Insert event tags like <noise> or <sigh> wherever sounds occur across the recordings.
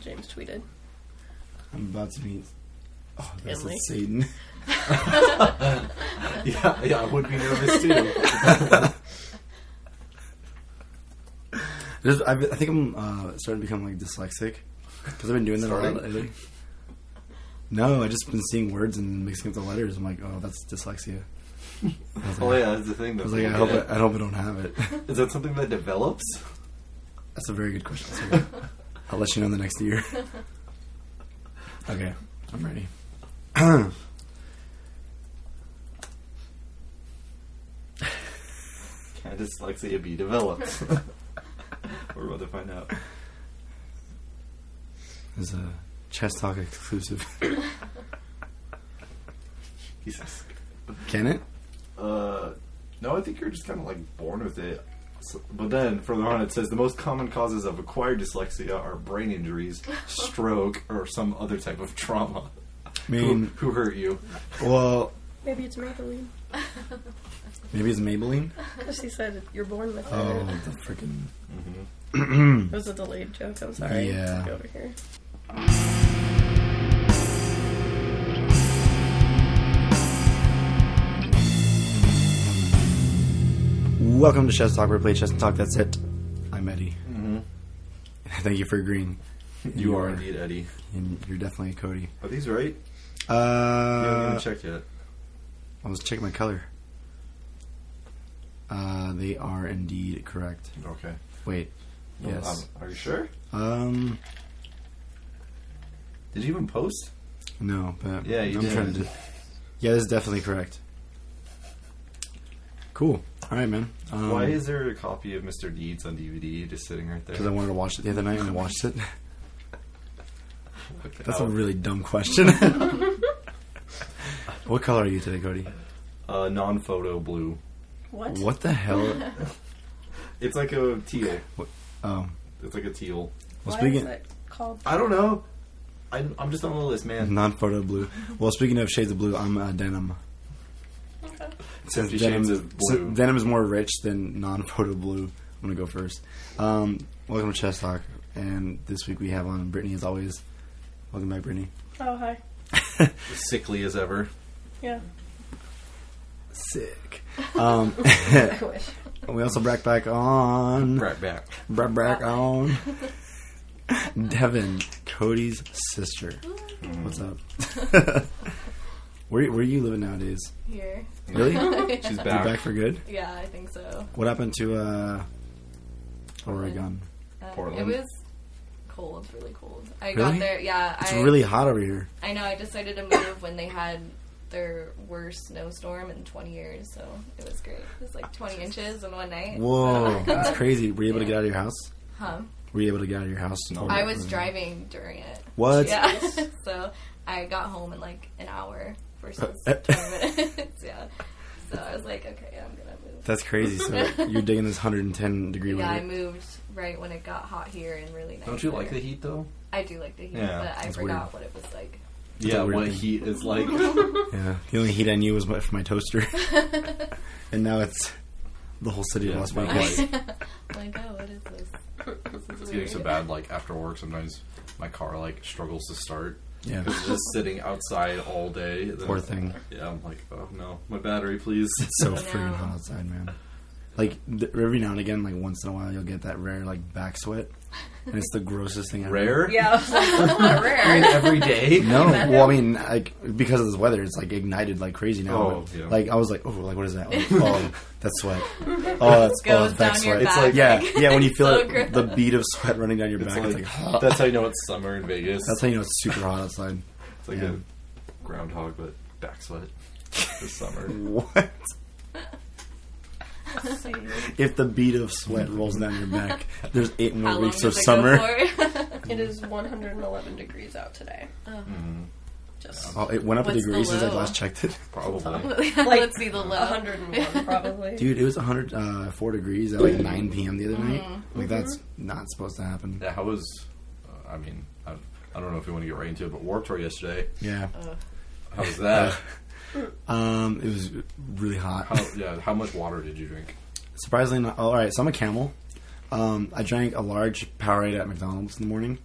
James tweeted. I'm about to meet. Oh, that's Italy? it's <laughs> Satan. Yeah, yeah, I would be nervous <laughs> too. There's- I've- I think I'm uh, starting to become like dyslexic because I've been doing that a lot Starting? lately. No, I just been seeing words and mixing up the letters. I'm like, oh, that's dyslexia. I was like, oh yeah, that's the thing. I was like, I hope I, I hope I don't have <laughs> it. Is that something that develops? That's a very good question. Sarah. I'll let you know in the next <laughs> year. Okay, I'm ready. Can dyslexia be developed? <laughs> <laughs> We're about to find out. It's a chest talk <laughs> exclusive. Jesus. Can it? Uh, no, I think you're just kind of like born with it. So- but then further on, it says the most common causes of acquired dyslexia are brain <laughs> injuries, stroke, or some other type of trauma. I mean, who, who hurt you? well, Maybe it's <laughs> Maybelline. maybe it's <laughs> Maybelline. As he said, you're born with it. Oh, the freaking It was a delayed joke. I'm sorry. Yeah. Go over here. Welcome to Chess Talk. We play chess and talk. That's it. I'm Eddie. Thank you for agreeing. Mm-hmm. You are indeed Eddie. And you're definitely Cody. Are these right? You haven't Uh, even checked yet. I was checking my color. Uh, they are indeed correct. Okay. Wait. No, Yes. um, are you sure? Um. Did you even post? No, but Yeah, you I'm did. trying to. Yeah, this is definitely correct. Cool. All right, man. Um, Why is there a copy of Mr. Deeds on DVD just sitting right there? Because I wanted to watch it the other night and I watched it. <laughs> Okay, That's a I'll- really dumb question. <laughs> what color are you today, Cody? uh, non-photo blue. What? What the hell? It's like a teal. Oh, It's like a teal. well, Why is speaking it called? I don't know. I, I'm just on the list, man. non-photo blue. Well, speaking of shades of blue, I'm uh, denim. Since Fifty denim, Shades of Blue. since denim is more rich than non-photo blue, I'm gonna go first. Um, welcome to Chess Talk, and this week we have on Brittany as always. Welcome back, Brittany. Oh hi. Sickly as ever. <laughs> Yeah. Sick. Um, <laughs> I wish. we also brought back on. Right back. Brought back on. <laughs> Devin, Cody's sister. What's up? <laughs> where, where you living nowadays? here. Really? You're She's back. back for good? Yeah, I think so. What happened to uh, Oregon? Um, Portland? It was cold, really cold. I Really? got there. Yeah, It's I really hot over here. I know. I decided to move when they had their worst snowstorm in 20 years, so it was great. It was like 20 inches in one night. Whoa, <laughs> that's crazy. Were you able to Yeah. get out of your house? Huh. Were you able to get out of your house? No. I was driving during it. What? Yeah. <laughs> so I got home in like an hour versus Uh, 20 minutes. <laughs> Yeah. So I was like, okay, I'm gonna move. That's crazy. <laughs> So you're digging this 110 degree yeah, I weather. moved right when it got hot here and really nice. Don't you like here. the heat though? I do like the heat, Yeah, but I that's forgot what it was like. Yeah, a weird what thing. heat is like. Yeah. The only heat I knew was my- from my <laughs> toaster. and now it's the whole city of Yeah, Las my Vegas. <laughs> life. like, oh, what is this? This It's is getting so weird. bad. Like after work, sometimes my car like struggles to start. Yeah. <laughs> It's just sitting outside all day. Then- Poor thing. Yeah, I'm like, oh no, my battery, please. It's so I freaking know. hot outside, man. Like th- every now and again, like once in a while, you'll get that rare like back sweat, and it's the grossest thing. ever. <laughs> Rare. Yeah. <laughs> I was like, "That's not I mean, rare. every day. <laughs> No, well, I mean, like because of this weather, it's like ignited like crazy now. Oh, but, yeah. Like I was like, oh, like what is that? <laughs> Like, oh, that's sweat. Oh, that's oh, Goes it's back down your sweat. It's back. like yeah, <laughs> yeah. When you feel So it, gross. the bead of sweat running down your It's back, it's like- like hot. That's how you know it's summer in Vegas. That's how you know it's super hot outside. it's like yeah. a groundhog, but <laughs> back sweat. This summer. What Let's see. if the bead of sweat rolls down your back? There's eight How more long weeks of does it go summer. for? <laughs> It is 111 degrees out today. Mm-hmm. Just Oh, it went up a What's the degree since I low? last checked it. Probably. Let's see the low. 101 probably. Dude, it was 104 degrees at like 9 p.m. the other night. Like, that's not supposed to happen. Yeah, how was? Uh, I mean, I, I don't know if you want to get right into it, but Warped Tour yesterday. Yeah. How was <laughs> that? Um, it was really hot. how, yeah, how much water did you drink? Surprisingly, not. All right, so I'm a camel. Um, I drank a large Powerade at McDonald's in the morning.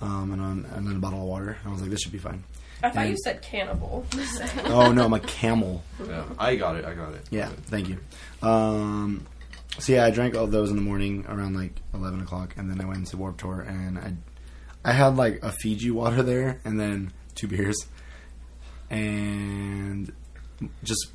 um, and, on, and then a bottle of water. I was like, this should be fine. I thought you And- said <laughs> cannibal. Oh no, I'm a camel. <laughs> Yeah, I got it. I got it. Yeah, thank you. Um, so yeah, I drank all those in the morning around like eleven o'clock, and then I went into Warp Tour, and I, I had like a Fiji water there, and then two beers, and just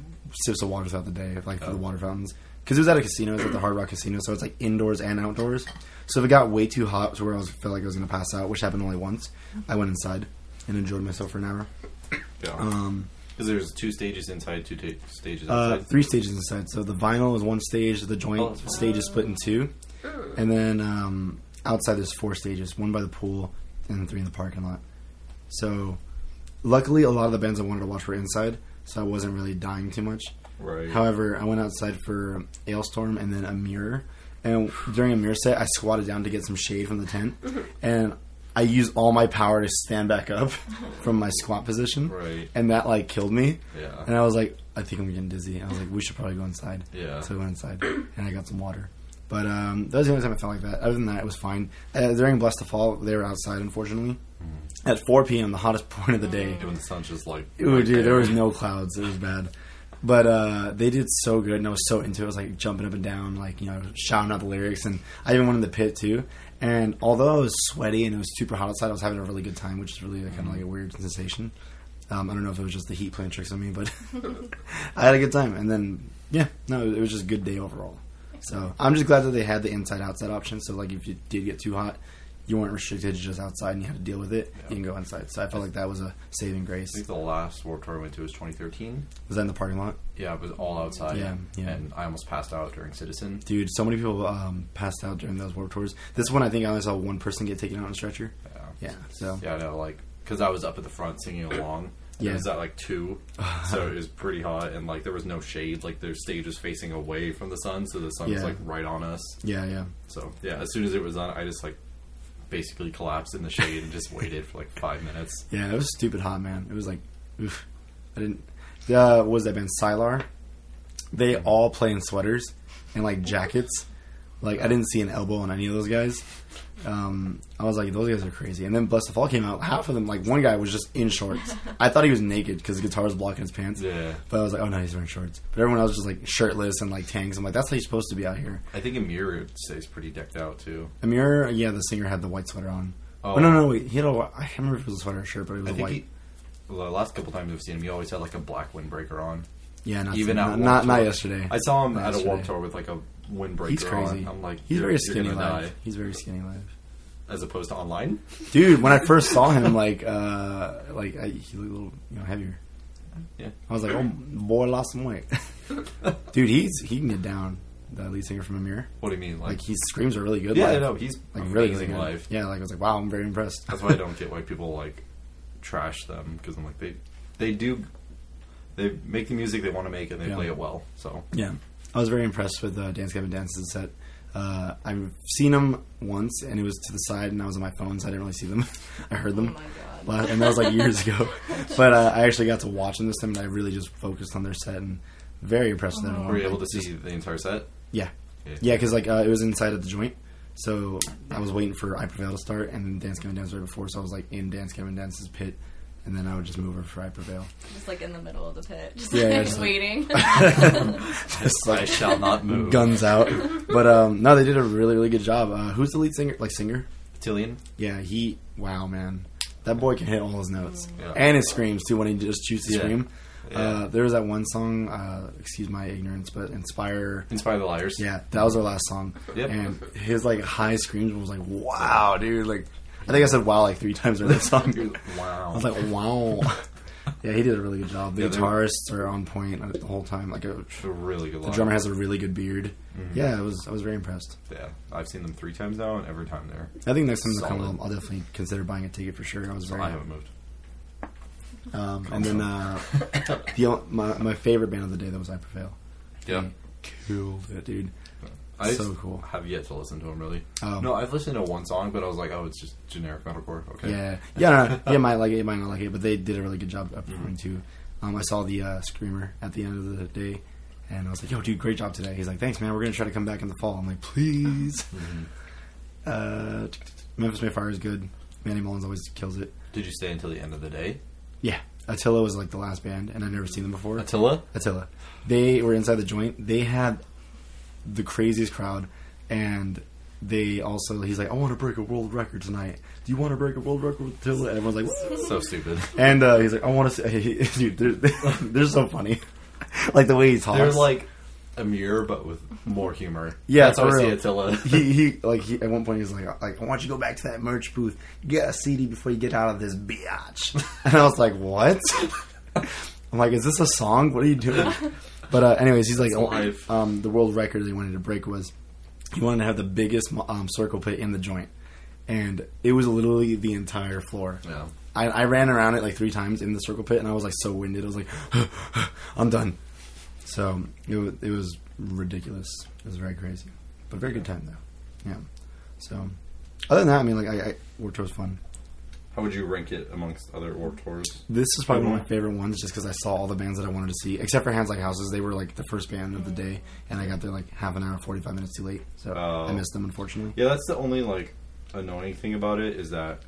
sips of water throughout the day, like through the water fountains, because it was at a casino, it was at the Hard Rock Casino, so it's like indoors and outdoors. So if it got way too hot to where I was felt like I was gonna pass out, which happened only once, I went inside and enjoyed myself for an hour. Yeah. Um, Because there's two stages inside, two ta- stages Uh, outside. three stages inside. So the vinyl is one stage. The joint Oh, that's right. stage is split in two, and then um, outside there's four stages: one by the pool, and then three in the parking lot. So, luckily, a lot of the bands I wanted to watch were inside, so I wasn't really dying too much. Right. However, I went outside for Ailstorm and then a mirror. And during a mirror set, I squatted down to get some shade from the tent, and I used all my power to stand back up <laughs> from my squat position. Right. And that like killed me. Yeah. And I was like, I think I'm getting dizzy. I was like, we should probably go inside. Yeah. So we went inside, <clears throat> and I got some water. But um, that was the only time I felt like that. Other than that, it was fine. Uh, during Bless the Fall, they were outside, unfortunately. Mm. At 4 p.m., the hottest <laughs> point of the day. when the sun's just like. Ooh, dude, there was no clouds. It was bad. But uh, they did so good, and I was so into it. I was like jumping up and down, like you know, shouting out the lyrics. And I even went in the pit too. And although I was sweaty and it was super hot outside, I was having a really good time, which is really like, kind of like a weird sensation. Um, I don't know if it was just the heat playing tricks on me, but <laughs> I had a good time. And then yeah, no, it was just a good day overall. So I'm just glad that they had the inside outside option. So like if you did get too hot, you weren't restricted to just outside and you had to deal with it. You can go inside. So I felt like that was a saving grace. I think the last Warped Tour I went to was 2013. Was that in the parking lot? Yeah, it was all outside. Yeah, yeah. And I almost passed out during Citizen. Dude, so many people um, passed out during those warp tours. This one, I think I only saw one person get taken out on a stretcher. Yeah. Yeah, so Yeah, I know, like, because I was up at the front singing along. and Yeah. It was at <laughs> like two, so it was pretty hot, and like there was no shade. Like their stage was facing away from the sun, so the sun was Yeah. like right on us. yeah, yeah. So yeah, as soon as it was on, I just like basically collapsed in the shade and just waited for like five minutes. Yeah, it was stupid hot, man. It was like, oof. I didn't. Uh, what was that band Sylar? They all play in sweaters and like jackets. Like I didn't see an elbow on any of those guys. Um, I was like, those guys are crazy. And then Bless the Fall came out. Half of them, like one guy was just in <laughs> shorts. I thought he was naked because the guitar was blocking his pants. Yeah. But I was like, oh no, he's wearing shorts. But everyone else was just like shirtless and like tanks. I'm like, that's how you're supposed to be out here. I think Amir stays pretty decked out too. Amir, yeah, the singer had the white sweater on. Oh. Oh no, no, wait, he had a. wh- I can't remember if it was a sweater or shirt, but it was I a think white. he, well, the last couple times I've seen him, he always had like a black windbreaker on. yeah, not Even even at not Warped not, not Tour. yesterday. I saw him Not at a warp yesterday. tour with like a windbreaker He's crazy. on. I'm like, he's "You're- very you're skinny gonna live. die." He's very skinny live. as opposed to online. Dude, when I first saw him, like, uh, like I, he looked a little, you know, heavier. Yeah. I was like, oh boy, lost some weight. <laughs> Dude, he's he can get down. The lead singer from Amir, What do you mean? Like, like his screams are really good. yeah, live. I know he's like amazing really, really good. live. Yeah, like I was like, wow, I'm very impressed. That's why I don't get why people like trash them because I'm like they they do they make the music they want to make and they Yeah. play it well. So Yeah, I was very impressed with uh, Dance Gavin Dance's set. Uh, I've seen him once, and it was to the side, and I was on my phone, so I didn't really see them. <laughs> I heard Oh them, my god. La- and that was like years <laughs> ago. But uh, I actually got to watch them this time, and I really just focused on their set, and very impressed Oh with everyone. were you able to Like, Oh, just- see the entire set? Yeah, yeah, because like uh, it was inside at the joint, so I was waiting for I Prevail to start, and then Dance Gavin Dance right before, so I was like in Dance Gavin Dance's pit, and then I would just move over for I <laughs> Prevail. <laughs> <laughs> Just like in the middle of the pit. Just Yeah, like yeah, just, like- <laughs> waiting. Just I <laughs> shall not move. guns out. But um, no, they did a really, really good job. Uh, who's the lead singer? Like singer? Tillian. Yeah, he. Wow, man, that boy can hit all his notes Yeah. and his screams too. When he just chooses to Yeah. scream, Yeah. Uh, there was that one song. Uh, excuse my ignorance, but Inspire. Inspire the liars. Yeah, that was our last song. Yep. And his like high screams was like, wow, dude. Like, I think I said wow like three <laughs> times during that <laughs> song. Wow. I was like, wow. <laughs> yeah, he did a really good job. The Yeah, they were- guitarists are on point uh, the whole time. Like, a, They're really good. the drummer has a really good beard. Mm-hmm. Yeah, I was I was very impressed. Yeah, I've seen them three times now, and every time they're. I think next time they come, Solid. I'll, I'll definitely consider buying a ticket for sure. I was very. I haven't moved. Um, and then <laughs> uh, the o- my my favorite band of the day that was I Prevail. Yeah. Killed it, dude. I Mm. So cool. have yet to listen to them really. Oh. No, I've listened to one song, but I was like, oh, it's just generic metalcore. Okay. Yeah, yeah, no, no. <laughs> yeah. Might like it, might not like it, but they did a really good job of Mm-hmm. performing too. Um, I saw the uh, screamer at the end of the day, and I was like, "Yo, dude, great job today." He's like, "Thanks, man. We're gonna try to come Mm-hmm. back in the fall." I'm like, "Please." Uh, Memphis Mayfire is good. Manny Mullins always kills it. Did you stay until the end of the day? Yeah, Attila was like the last band, and I've never seen them before. Attila? Attila. They were inside the joint. They had the craziest crowd, and they also he's like, "I want to break a world record tonight. Do you want to break a world record with Attila?" And everyone's like, "Woo." So stupid. and uh, he's like, "I want to." Hey, <laughs> dude, they're, they're so funny. <laughs> like the way he talks. They're like a mirror, but with more humor. Yeah, That's how for I see real. <laughs> Attila. he, he like he, at one point he's like like I want you to go back to that merch booth, get a CD before you get out of this biatch. <laughs> And I was like, what? <laughs> I'm like, is this a song? What are you doing? But uh, anyways, he's like, It's oh, life. um, the world record they wanted to break was he wanted to have the biggest um, circle pit in the joint, and it was literally the entire floor. <laughs> yeah. I, I ran around it like three times in the circle pit, and I was like so winded. I was like, <gasps> I'm done. So it was, it was ridiculous. It was very crazy, but a very good time though. Yeah. So other than that, I mean, like, I, I Warped Tour was fun. How would you rank it amongst other Warped Tours? This is probably one of my favorite ones, just because I saw all the bands that I wanted to see, except for Hands Like Houses. They were like the first band of the Mm-hmm. day, and I got there like half an hour, forty five minutes too late, so Oh. I missed them unfortunately. Yeah, that's the only like annoying thing about it is that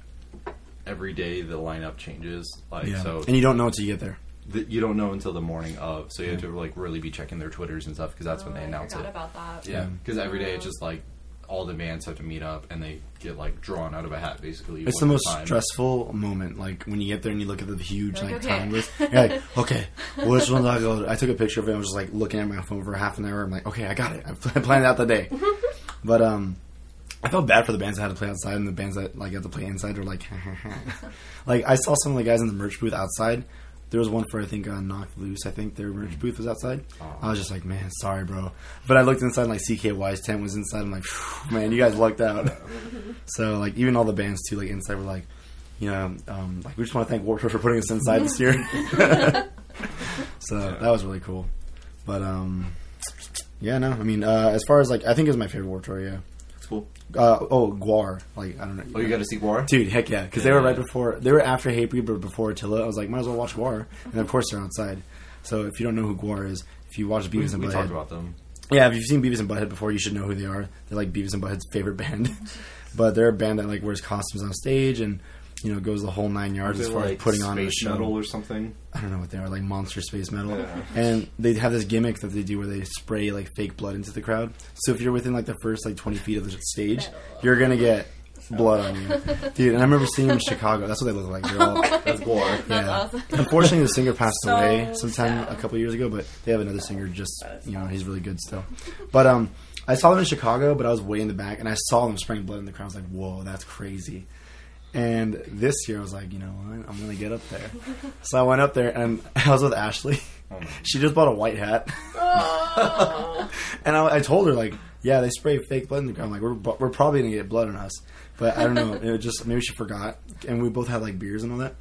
every day the lineup changes. Like so, and you don't know until you get there. th- you don't know until the morning of, so you have to like really be checking their twitters and stuff because that's when Oh, they I announce forgot it. about that. Yeah, Yeah. because every day it's just like all the bands have to meet up and they get like drawn out of a hat basically. It's the one most time. stressful moment, like when you get there and you look at the huge Like, like, okay. time list. You're <laughs> like, okay, which one do I go? To? I took a picture of it. I was just like looking at my phone for half an hour. I'm like, okay, I got it. I pl- <laughs> I planned out the day. but um, I felt bad for the bands that had to play outside and the bands that like had to play inside. Are like, <laughs> like I saw some of the guys in the merch booth outside. There was one for I think uh, Knock Loose. I think their merch booth was outside. I was just like, man, sorry, bro. But I looked inside and like CKY's tent was inside. I'm like, phew, man, you guys lucked <laughs> out. so like even all the bands too, like inside were like, you know, um, like we just want to thank Warped Tour for putting us inside this year. <laughs> so Yeah. that was really cool. But um, yeah, no, I mean, uh, as far as like, I think it was my favorite Warped Tour. Yeah. It's cool. Uh, oh, Guar. Like I don't know. Oh, you got to see War? Dude, heck yeah, because they Yeah. were right before, they were after Hatebreed, but before Attila. I was like, might as well watch Guar, and of course they're outside. So if you don't know who Guar is, if you watch We, Beavis and we talked Butthead, about them. yeah, if you've seen Beavis and Butthead before, you should know who they are. They're like Beavis and Butthead's favorite band, <laughs> but they're a band that like wears costumes on stage and you know goes the whole nine yards as They're, far like as putting on a space show. shuttle or something. I don't know what they are, like monster space metal. Yeah. And they have this gimmick that they do where they spray like fake blood into the crowd. So if you're within like the first like 20 feet of the stage, you're gonna get blood on you, dude. And I remember seeing them in Chicago. That's what they look like. They're all, <laughs> That's War. That's yeah. awesome. <laughs> Unfortunately, the singer passed So away sometime sad. a couple years ago, but they have another singer. Just That is you know, he's really good still. But um, I saw them in Chicago, but I was way in the back, and I saw them spraying blood in the crowd. I was like, "Whoa, that's crazy!" And this year, I was like, "You know what? I'm gonna get up <laughs> there." so I went up there, and <laughs> I was with Ashley. Oh my. she just bought a white hat, <laughs> Oh. and I, I told her like, "Yeah, they spray fake blood in the crowd." I'm like, "We're bu- we're probably gonna get blood on us," but I don't <laughs> know. It was just maybe she forgot, and we both had like beers and all that.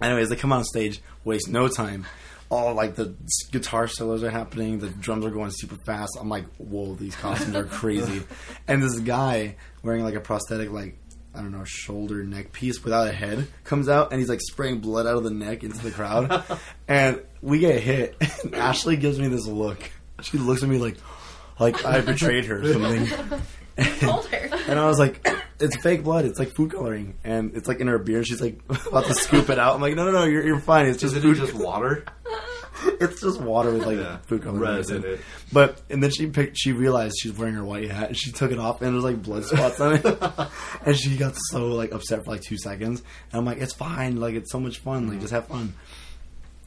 Anyways, they come on stage, waste no time. All like the s- guitar solos are happening, the drums are going super fast. I'm like, whoa, these costumes are crazy. and this guy wearing like a prosthetic, like I don't know, shoulder neck piece without a head comes out and he's like spraying blood out of the neck into the crowd. and we get hit. <laughs> And Ashley gives me this look. She looks at me like, like I betrayed her or something. Told her. And I was like, it's fake blood. It's like food coloring. And it's like in her beer. And she's like about to scoop it out. I'm like, no, no, no, you're, you're fine. It's Is just it food. just water? <laughs> it's just water with like Yeah. food coloring. Red mixed in in it. But, and then she picked, she realized she's wearing her white hat and she took it off and there's like blood spots on it. <laughs> and she got so like upset for like two seconds. And I'm like, it's fine. Like, it's so much fun. Like, just have fun.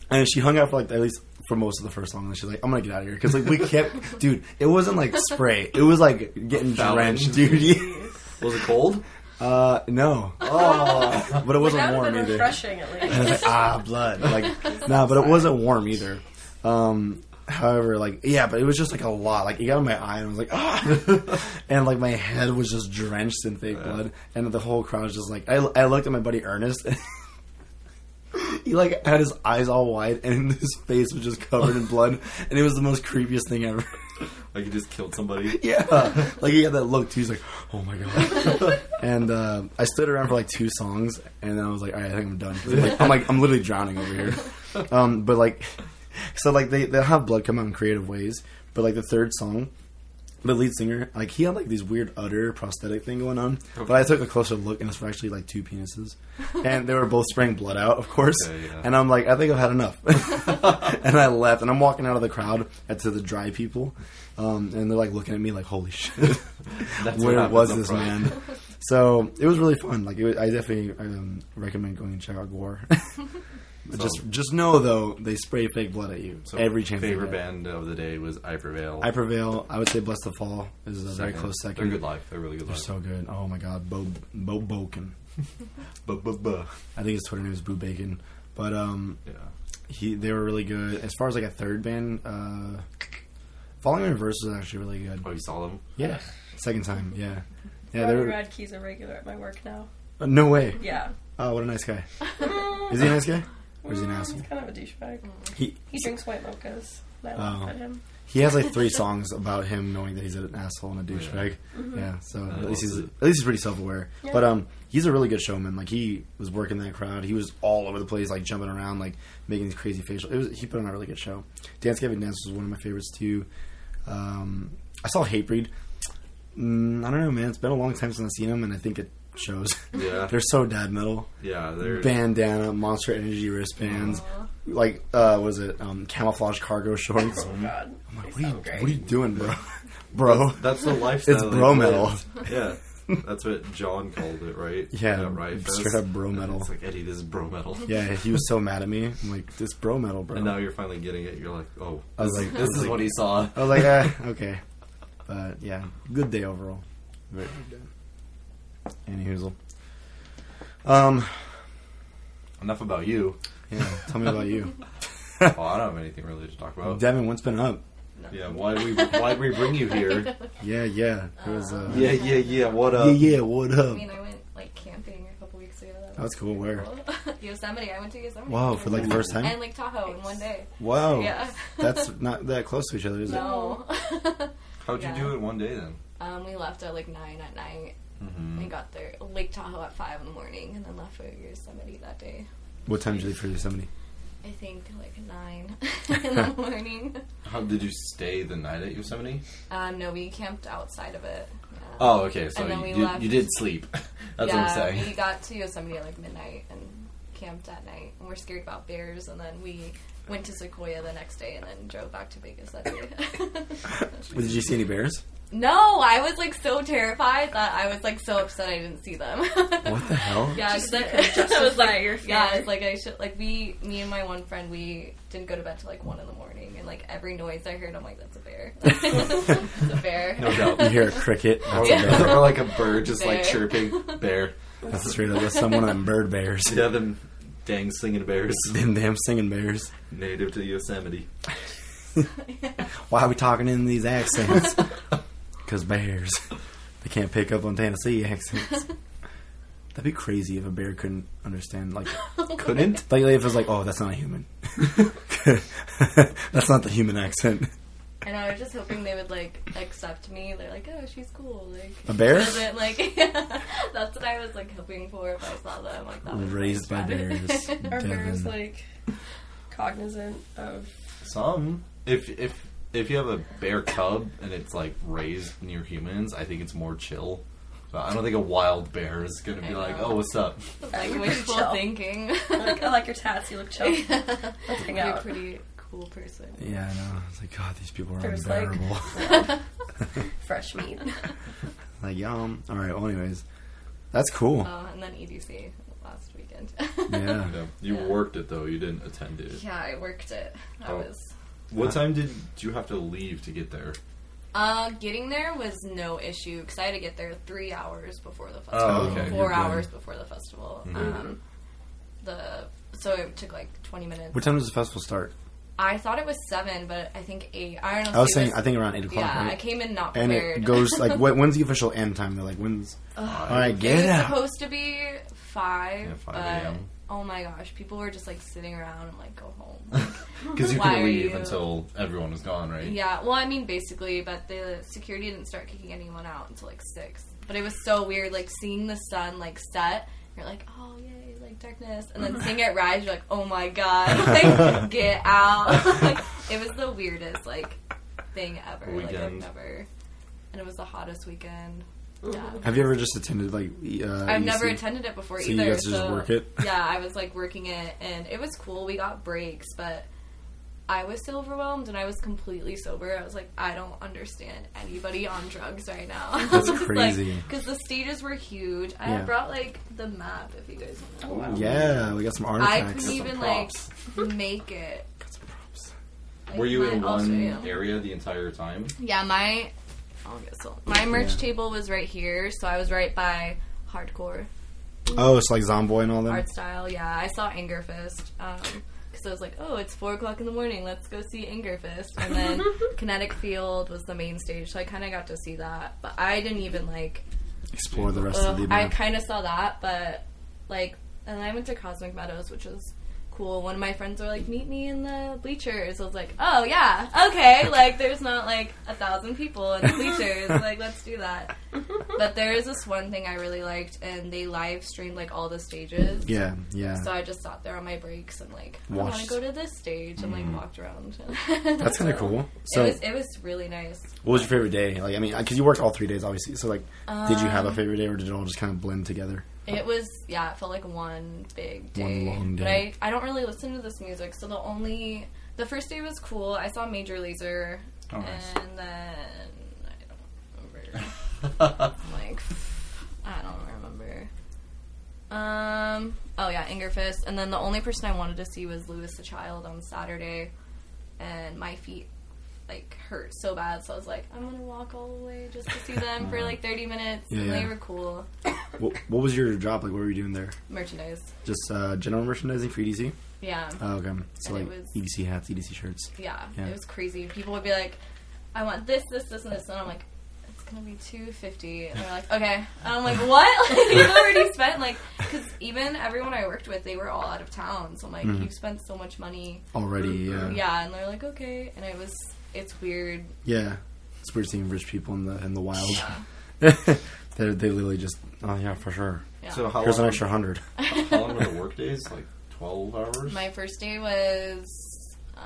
And she hung out for like at least for most of the first song. And she's like, "I'm gonna get out of here," because like we kept, dude. It wasn't like spray. It was like getting Fountain. drenched, dude. <laughs> Was it cold? Uh, no, Oh. but it wasn't that would have warm been either. refreshing at And least. it's like, <laughs> ah, <laughs> blood. Like, nah, but it wasn't warm either. Um, however, like, yeah, but it was just like a lot. Like, it got in my eye, and I was like, ah, <laughs> and like my head was just drenched in fake blood, and the whole crowd was just like, I, I looked at my buddy Ernest. <laughs> and He like had his eyes all wide and <laughs> his face was just covered in blood and it was the most creepiest thing ever. <laughs> like you just killed somebody. Yeah, like he had that look too. He's like, "Oh my god!" and uh, I stood around for like two songs, and then I was like, "All right, I think I'm done." 'Cause I'm like, I'm like, I'm literally drowning over here. Um, but like, so like they they will have blood come out in creative ways, but like the third song, the lead singer, like he had like these weird udder prosthetic thing going on. But I took a closer look, and it's actually like two penises, and they were both spraying blood out, of course. Okay, yeah. And I'm like, I think I've had enough, <laughs> and I left. And I'm walking out of the crowd at to the dry people, um, and they're like looking at me like, holy shit, That's what where happens was up this front. <laughs> man? So it was really fun. Like it was, I definitely um, recommend going and check out <laughs> Gore. But just just know though, they spray fake blood at you So every chance. they Favorite get. band of the day was I Prevail. I prevail. I would say Bless the Fall is a very close second. They're good live. They're really good They're live. so good. Oh my god, Bo Bo Boken. Buh, buh, buh. I think his Twitter name is Boo Bacon. But um, Yeah. he they were really good. As far as like a third band, uh, Falling in Reverse was actually really good. Oh, you saw them? Yeah, second time. Yeah, yeah. They Robbie were Radke's a regular at my work now. uh, no way. Yeah. Oh, what a nice guy. Is Is he a nice guy? Or is he an He's asshole? kind of a douchebag. He He drinks white mochas. And I laugh Oh. at him. he has like three songs about him knowing that he's an asshole and a douchebag. Yeah, so I at least love he's it. at least he's pretty self aware. Yeah. But um, he's a really good showman. Like he was working that crowd. He was all over the place, like jumping around, like making these crazy facial. It was he put on a really good show. Dance Gavin Dance was one of my favorites too. Um, I saw Hatebreed. Mm, I don't know, man. It's been a long time since I've seen him, and I think it shows. Yeah. <laughs> They're so dad metal. yeah, they're. Bandana, monster energy wristbands, Uh-huh. like uh, was it um, camouflage cargo shorts? Oh God. I'm They like, what are you, sound great. what are you doing, bro? bro. That's the lifestyle. It's they bro live. metal. Yeah. That's what John called it, right? Yeah, That right. straight That's- up bro metal. It's like, Eddie, this is bro metal. <laughs> Yeah, he was so mad at me. I'm like, this bro metal, bro. And now you're finally getting it. You're like, oh, I was like, this is what he saw. I was like, uh, okay. But yeah, good day overall. Very good day. Annie Hoozle. Um, Enough about you. yeah, tell me about you. Oh, I don't have anything really to talk about. Devin, what's been up? Yeah, why we why we bring you here? Yeah, yeah. It was, uh, <laughs> Yeah, yeah, yeah. What up? yeah, yeah, what I up? mean, I went like camping a couple weeks ago. That That's cool. Where? cool. <laughs> Yosemite. I went to Yosemite. Wow, for like the first time? And Lake Tahoe in one day. Wow. Yeah. <laughs> That's not that close to each other, is it? no. <laughs> How'd you Yeah. do it one day then? um, we left at like nine at night Mm-hmm. and got there Lake Tahoe at five in the morning, and then left for Yosemite that day. What time did you leave for Yosemite? I think like nine <laughs> in <laughs> the morning. How did you stay the night at Yosemite? Um, no, we camped outside of it. Yeah. Oh, okay. So And then you, we you, left. you did sleep. <laughs> That's yeah, what I'm saying. we got to Yosemite at like midnight and camped at night, and we're scared about bears. And then we went to Sequoia the next day, and then drove back to Vegas that day. <laughs> Did you see any bears? no, I was like so terrified that I was like so upset I didn't see them. What the hell? <laughs> Yeah, <laughs> because I was like, yeah, it's like I should like we, me and my one friend, we didn't go to bed till like one in the morning, and like every noise I heard, I'm like, that's <laughs> a bear, it's a bear. No doubt. Oh, You hear a cricket. That's, a bear. Yeah. <laughs> or like a bird just like Bear. chirping. <laughs> Bear. That's straight up. That's some one of them bird bears. Yeah, them dang singing bears. Them damn singing bears. Native to Yosemite. <laughs> Why are we talking in these <laughs> accents? Because bears, they can't pick up on Tennessee accents. That'd be crazy if a bear couldn't understand. Like, <laughs> Couldn't? <laughs> like if it was like, oh, that's not a human. <laughs> that's not the human accent. And I was just hoping they would like accept me. They're like, oh, she's cool. Like A bear? <laughs> she doesn't, like that's what I was like hoping for if I saw them. Like that. was my Raised by strategy. <laughs> bears. Are bears Devin. like cognizant of? Some. If if if you have a bear cub and it's like raised near humans, I think it's more chill. But I don't think a wild bear is gonna be I like, know. oh, what's up? like You're pretty wishful chill. thinking. <laughs> <laughs> Like, I like your tats. You look chill. <laughs> Let's hang You're a out. pretty cool person. Yeah, I know. It's like, God, these people are There's, like- unbearable. Fresh meat. like, yum. All right. Well, anyways, that's cool. Uh, and then EDC last weekend. Yeah. Yeah. You Yeah. worked it though. You didn't attend it. yeah, I worked it. That Oh. was. What time did you have to leave to get there? Uh, getting there was no issue because I had to get there three hours before the festival. Oh, okay. Mm-hmm. You're Four good. hours before the festival. Um, the so it took like twenty minutes. What time does the festival start? I thought it was seven, but I think eight. I don't know. I was saying, I think around eight o'clock. Yeah, right? I came in not and prepared. it goes <laughs> like when, when's the official end time? They're like when's all right, it get was out. supposed to be five, Yeah, 5 but a.m.. oh my gosh, people were just like sitting around and like go home. Because you Why couldn't are leave you- until everyone was gone, right? yeah, well, I mean basically, but the security didn't start kicking anyone out until like six. But it was so weird, like seeing the sun like set. You're like, oh yay, like darkness, and <laughs> then seeing it rise. You're like, oh my god, <laughs> like get <laughs> out. like, it was the weirdest like thing ever. Like I've Weekend. never. and it was the hottest weekend. Have you ever just attended like? e- Uh, I've never EC? attended it before So you either. guys just so work it? <laughs> yeah, I was like working it, and it was cool. We got breaks, but I was still overwhelmed, and I was completely sober. I was like, I don't understand anybody on drugs right now. <laughs> That's crazy. Because the stages were huge. I Yeah. brought like the map if you guys want. to. wow. Yeah, we got some I artifacts. couldn't even like props. <laughs> make it. Like, Were you my- in I'll show you. one area the entire time? Yeah, my I'll get sold. My merch table was right here, so I was right by hardcore oh, it's like Zomboy and all that. art style. Yeah, I saw Angerfist because I was like, oh, it's four o'clock in the morning. Let's go see Angerfist. And then Kinetic Field was the main stage, so I kind of got to see that. But I didn't even like. Explore the rest of the Ugh, I map. kind of saw that, but like, and I went to Cosmic Meadows, which was cool. One of my friends were like, "Meet me in the bleachers." I was like, "Oh yeah, okay." like, there's not like a thousand people in the bleachers. like, let's do that. But there is this one thing I really liked, and they live streamed like all the stages. yeah, yeah. So I just sat there on my breaks and like I want Watched. Mm. to go to this stage and like walked around. That's <laughs> kind of cool. So, it was it was really nice. what was your favorite day? Like, I mean, because you worked all three days, obviously. So, like, did you Um, have a favorite day, or did it all just kind of blend together? It was yeah, it felt like one big One day. long But day. I, I don't really listen to this music, so the only the first day was cool. I saw Major Laser Oh, nice. and then I don't remember. like <laughs> I don't remember. Um oh yeah, Ingerfist. And then the only person I wanted to see was Lewis the Child on Saturday and my feet like hurt so bad so I was like, I'm gonna walk all the way just to see <laughs> them for like thirty minutes. and Yeah. they were cool. What, what was your job? Like, what were you doing there? Merchandise. Just uh, general merchandising for EDC? Yeah. Oh, okay. So, And it like, was- EDC hats, EDC shirts. yeah, Yeah. It was crazy. People would be like, I want this, this, this, and this. And I'm like, it's going to be 250 And they're like, okay. And I'm like, what? <laughs> Like, <laughs> you already spent, like, because even everyone I worked with, they were all out of town. So I'm like, Mhm. you've spent so much money. Already, yeah. Yeah. Yeah. And they're like, okay. And it was, it's weird. It's weird seeing rich people in the in the wild. <laughs> they they literally just, oh, yeah, for sure. Yeah. So how Here's an long, extra <laughs> hundred. how long were the work days? Like twelve hours? My first day was um,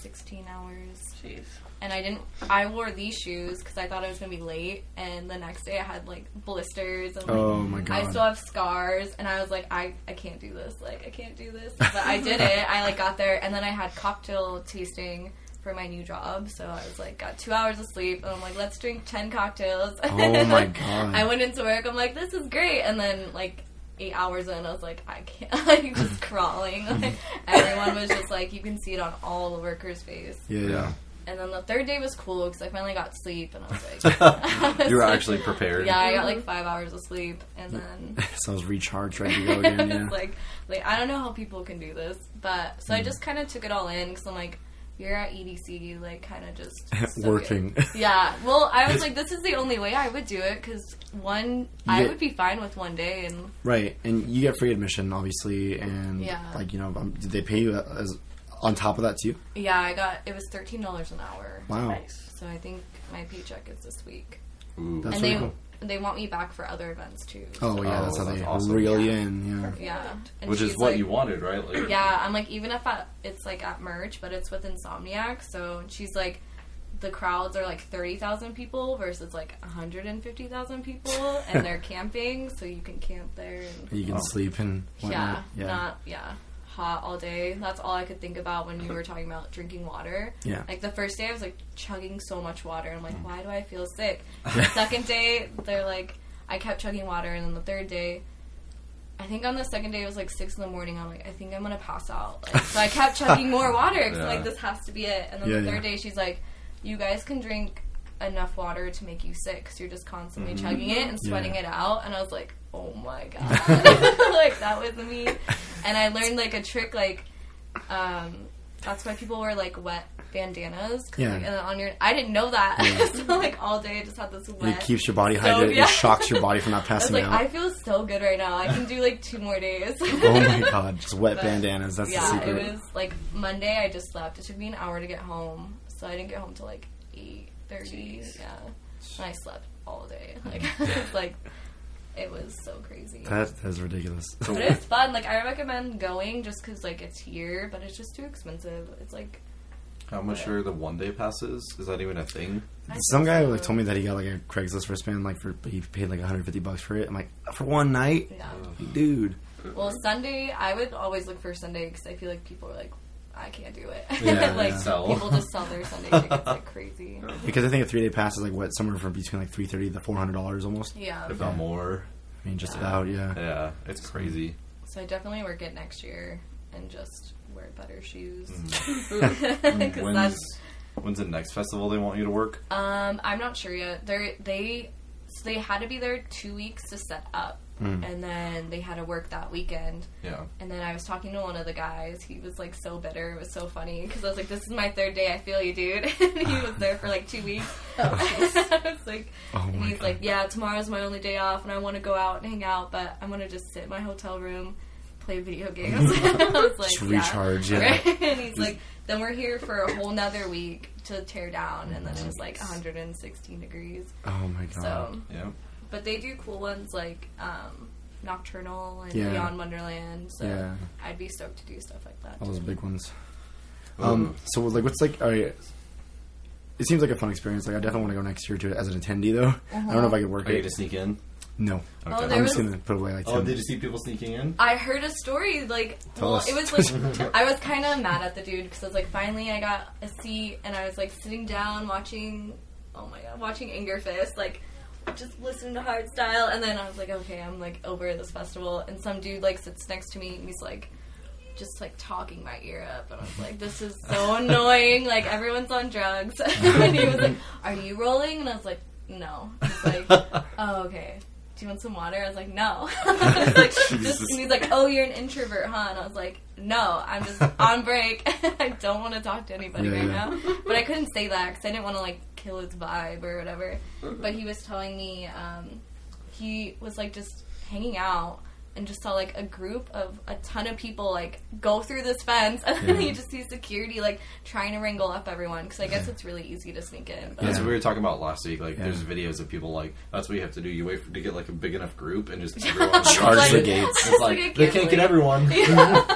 16 hours. Jeez. and I didn't. I wore these shoes because I thought I was gonna be late, and the next day I had like blisters. And, like, Oh, my God. I still have scars, and I was like, I I can't do this. Like I can't do this. But I did it. I like got there, and then I had cocktail tasting for my new job. So I was like, got two hours of sleep, and I'm like, let's drink ten cocktails. Oh, <laughs> my God. I went into work. I'm like, this is great, and then like. Eight hours in, I was like, I can't, <laughs> like, <laughs> just crawling. Like, everyone was just like, you can see it on all the workers' face. Yeah, yeah. And then the third day was cool because I finally got sleep, and I was <laughs> like, I was you were like- actually prepared. yeah, I got like five hours of sleep, and Mm. then <laughs> so I was recharged, ready to <laughs> go I again. was Yeah. Mm. like, like I don't know how people can do this, but so I just kind of took it all in because I'm like, you're at EDC, like kind <laughs> of just soak it. Working. Yeah, well, I <laughs> was like, this is the only way I would do it because one, I Yeah. would be fine with one day, and Right, and you get free admission, obviously, and Yeah. like you know, um, did they pay you as on top of that too? yeah, I got it was thirteen dollars an hour, Wow, Nice. so I think my paycheck is this week, Ooh. that's and they really cool. they want me back for other events too. Oh yeah, that's Oh, how they that's awesome. reel you in. Yeah, Yeah. And Which is she's what like- you wanted, right? Like, <clears throat> Yeah, I'm like, even if I, it's like at merch, but it's with Insomniac, so she's like, the crowds are like 30,000 people versus like 150,000 people, and they're camping, so you can camp there. And, you can Wow. sleep and yeah, whatnot. Yeah, not, yeah, hot all day. That's all I could think about when you were talking about drinking water. yeah. Mm. Like the first day, I was like chugging so much water. I'm like, why do I feel <laughs> sick? The second day, they're like, I kept chugging water, and then the third day, I think on the second day it was like six in the morning. I'm like, I think I'm gonna pass out. Like, so I kept chugging more water because <laughs> Yeah. like this has to be it. And then Yeah, the third yeah. day, she's like, you guys can drink enough water to make you sick. Cause you're just constantly chugging it and sweating Mm-hmm. Yeah. it out. And I was like, <laughs> oh my god, <laughs> like that was me. And I learned like a trick like um, that's why people wear like wet bandanas. 'cause, Yeah. like, and on your, I didn't know that. <laughs> so like all day, I just had this wet. It keeps your body So, hydrated. yeah. It shocks your body from not <laughs> I was passing like, out. I feel so good right now. I can do like two more days. oh <laughs> my god, just wet But, bandanas. That's the yeah, it secret. was like Monday. I just slept. It took me an hour to get home, so I didn't get home till like eight thirty. Jeez. Yeah, and I slept all <laughs> day. Like, <laughs> it's like it was so crazy. That that is <laughs> ridiculous. But it's fun. Like I recommend going just because like it's here, but it's just too expensive. It's like How much are the one day passes? Is that even a thing? Some guy like told me that he got like a Craigslist wristband, like for he paid like 150 bucks for it. I'm like, for one night, Yeah. dude. Well, Sunday, I would always look for Sunday because I feel like people are like, I can't do it. Yeah, <laughs> like yeah. Sell. <laughs> people just sell their Sunday tickets like crazy. Because I think a three day pass is like what somewhere from between like 330 to 400 dollars almost. Yeah. if not more. I mean, just about yeah. Yeah, it's <laughs> crazy. So I definitely work it next year and just wear better shoes. <laughs> Because When's, that's when's the next festival they want you to work? um, I'm not sure yet. They they so they had to be there two weeks to set up, and then they had to work that weekend. Yeah. And then I was talking to one of the guys. He was like so bitter. It was so funny because I was like, "This is my third day. I feel you, dude." <laughs> and he was there for like two weeks. <laughs> I was like, Oh and my he's like, "Yeah, tomorrow's my only day off, and I want to go out and hang out, but I'm gonna just sit in my hotel room, play video games." <laughs> I was <laughs> like, Just "Yeah." recharge, yeah. Right? <laughs> and <laughs> he's like, "Then we're here for a whole nother week to tear down," and then it was like 116 degrees. Oh my god. So, Yeah. but they do cool ones like um, Nocturnal and Yeah. Beyond Wonderland. So. yeah, I'd be stoked to do stuff like that. all those too. big ones. Um, so like, what's like? All right, it seems like a fun experience. Like, I definitely want to go next year to it as an attendee, though. I don't know if I could work Are Oh, you it. going to sneak in? no, Oh, there I'm just Uh-huh. was- gonna put away like Oh, 10. did you see people sneaking in? I heard a story like Tell well, us. it was <laughs> like I was kind of mad at the dude because I was like finally I got a seat and I was like sitting down watching oh my god watching Angerfist like just listening to Hardstyle and then I was like okay I'm like over this festival and some dude like sits next to me and he's like just like talking my ear up and I was like this is so <laughs> annoying like everyone's on drugs <laughs> and he was like are you rolling and I was like no <laughs> he's like oh, okay. Do you want some water? I was like, no. <laughs> I was <laughs> like, just, and he's like, oh, you're an introvert, huh? And I was like, no, I'm just on break. <laughs> I don't want to talk to anybody Yeah, right yeah. now. But I couldn't say that because I didn't want to, like, kill his vibe or whatever. But he was telling me um, he was, like, just hanging out and just saw, like, a group of a ton of people, like, go through this fence. And then Yeah. he just sees security, like, trying to wrangle up everyone because I guess it's really easy to sneak in. But That's Yeah. what we were talking about last week. Like, Yeah. there's videos of people like, that's what you have to do. You wait for, to get like a big enough group and <laughs> just everyone Charge runs the in. gates. It's Like, I like, they can't can't get believe- everyone.